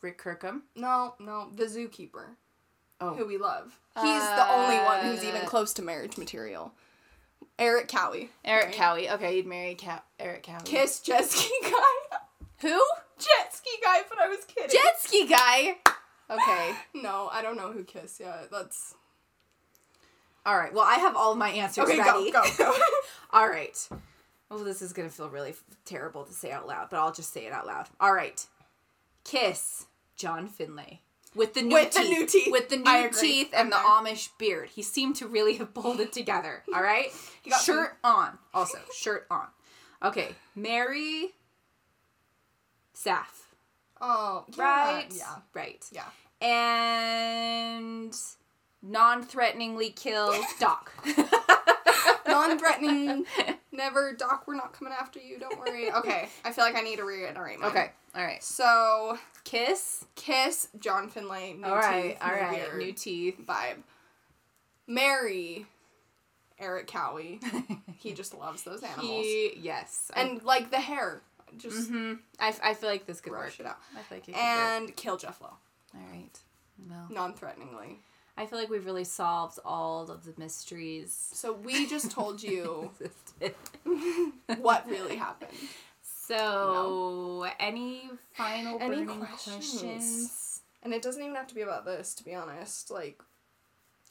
Speaker 2: Rick Kirkham.
Speaker 1: no, no, the zookeeper.
Speaker 2: Oh.
Speaker 1: Who we love. He's the only one who's even
Speaker 2: Uh,
Speaker 1: close to marriage material. Eric Cowie.
Speaker 2: Eric
Speaker 1: Right.
Speaker 2: Cowie. Okay, you'd marry Ca- Eric Cowie.
Speaker 1: Kiss jet ski guy.
Speaker 2: who?
Speaker 1: jet ski guy, but I was kidding.
Speaker 2: Jet ski guy. Okay.
Speaker 1: No, I don't know who Kiss yet. That's
Speaker 2: All right. Well, I have all my answers
Speaker 1: okay.
Speaker 2: ready.
Speaker 1: Go, go, go.
Speaker 2: All right. Well, this is going to feel really f- terrible to say out loud, but I'll just say it out loud. All right. Kiss John Finlay. With the new
Speaker 1: With the
Speaker 2: teeth.
Speaker 1: new teeth.
Speaker 2: With the new
Speaker 1: I agree.
Speaker 2: teeth and the Amish beard. He seemed to really have pulled it together. All right.
Speaker 1: got
Speaker 2: shirt on. Also, shirt on. Okay. Mary Saf.
Speaker 1: oh, yeah,
Speaker 2: Right?
Speaker 1: Yeah,
Speaker 2: Right.
Speaker 1: yeah.
Speaker 2: And non threateningly kill Doc.
Speaker 1: Non-threatening, Never, Doc, we're not coming after you. Don't worry. Okay, I feel like I need to reiterate mine.
Speaker 2: Okay. All right.
Speaker 1: So,
Speaker 2: Kiss.
Speaker 1: Kiss, John Finlay, new
Speaker 2: all right.
Speaker 1: teeth,
Speaker 2: all
Speaker 1: new
Speaker 2: right.
Speaker 1: beard
Speaker 2: New teeth.
Speaker 1: vibe. Marry Eric Cowie. He just loves those animals.
Speaker 2: He, yes.
Speaker 1: and like the hair, just
Speaker 2: hmm I, f- I feel like this could
Speaker 1: brush
Speaker 2: work.
Speaker 1: it out.
Speaker 2: I feel like it could work.
Speaker 1: And kill Jeff Lowe,
Speaker 2: All right. Well,
Speaker 1: non-threateningly.
Speaker 2: I feel like we've really solved all of the mysteries.
Speaker 1: So we just told you
Speaker 2: existed.
Speaker 1: what really happened.
Speaker 2: So, any final
Speaker 1: Any
Speaker 2: burning
Speaker 1: questions?
Speaker 2: questions?
Speaker 1: And it doesn't even have to be about this, to be honest. Like,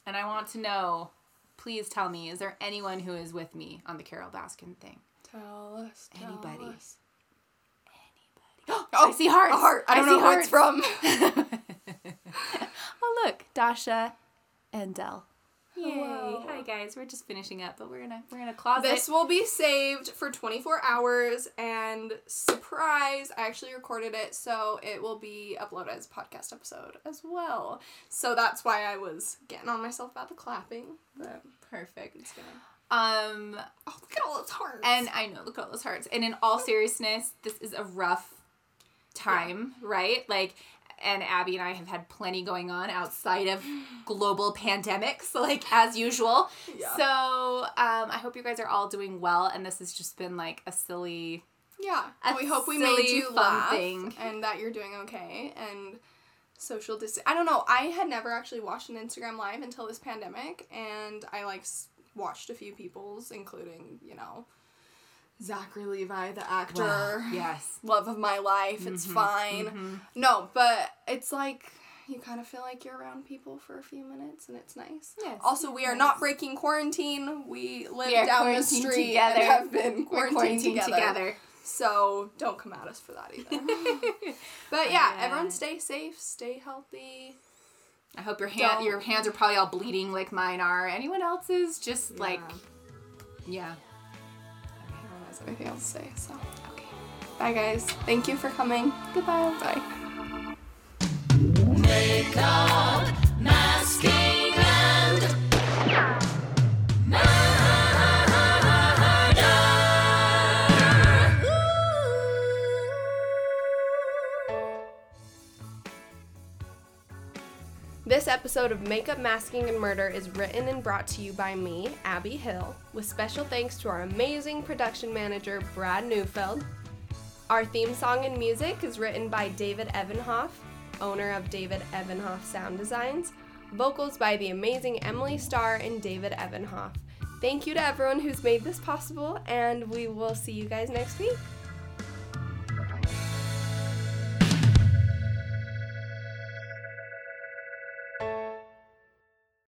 Speaker 2: And I want to know. Please tell me. Is there anyone who is with me on the Carol Baskin thing?
Speaker 1: tell us. tell
Speaker 2: Anybody.
Speaker 1: us.
Speaker 2: Anybody?
Speaker 1: Oh,
Speaker 2: I see hearts.
Speaker 1: a heart. I don't know where it's from.
Speaker 2: from. oh look, Dasha and Dell. Yay!
Speaker 1: Hello.
Speaker 2: Hi guys. We're just finishing up, but we're gonna we're gonna closet.
Speaker 1: This will be saved for 24 hours, and surprise, I actually recorded it, so it will be uploaded as a podcast episode as well. So that's why I was getting on myself about the clapping. But
Speaker 2: perfect.
Speaker 1: it's gonna-
Speaker 2: Um,
Speaker 1: Oh, look at all those hearts.
Speaker 2: and I know look at all those hearts. And in all seriousness, this is a rough time, right? Like. And Abby and I have had plenty going on outside of global pandemics, like as usual.
Speaker 1: Yeah.
Speaker 2: So um, I hope you guys are all doing well, and this has just been like a silly
Speaker 1: yeah,
Speaker 2: a
Speaker 1: we hope we
Speaker 2: silly,
Speaker 1: made you
Speaker 2: fun
Speaker 1: laugh
Speaker 2: thing.
Speaker 1: and that you're doing okay and social distance. I don't know. I had never actually watched an Instagram live until this pandemic, and I like s- watched a few people's, including you know. Zachary Levi, the actor.
Speaker 2: Wow, Mm-hmm. Yes.
Speaker 1: love of my life. It's fine. No, but it's like you kind of feel like you're around people for a few minutes and it's nice.
Speaker 2: Yes,
Speaker 1: Also, we are not breaking quarantine. We live
Speaker 2: We are
Speaker 1: down the
Speaker 2: quarantined
Speaker 1: street
Speaker 2: together.
Speaker 1: and have been
Speaker 2: We're
Speaker 1: quarantined, together. So don't come at us for that either. but yeah, everyone stay safe, stay healthy.
Speaker 2: I hope your hand,
Speaker 1: Don't-
Speaker 2: your hands are probably all bleeding like mine are. Anyone else's? Just like, yeah.
Speaker 1: I don't have anything else to say. So okay, bye guys. Thank you for coming. Goodbye. Bye. This episode of Makeup, Masking, and Murder is written and brought to you by me, Abby Hill, with special thanks to our amazing production manager, Brad Neufeld. Our theme song and music is written by David Evanhoff, owner of David Evanhoff Sound Designs. Vocals by the amazing Emily Starr and David Evanhoff. Thank you to everyone who's made this possible, and we will see you guys next week.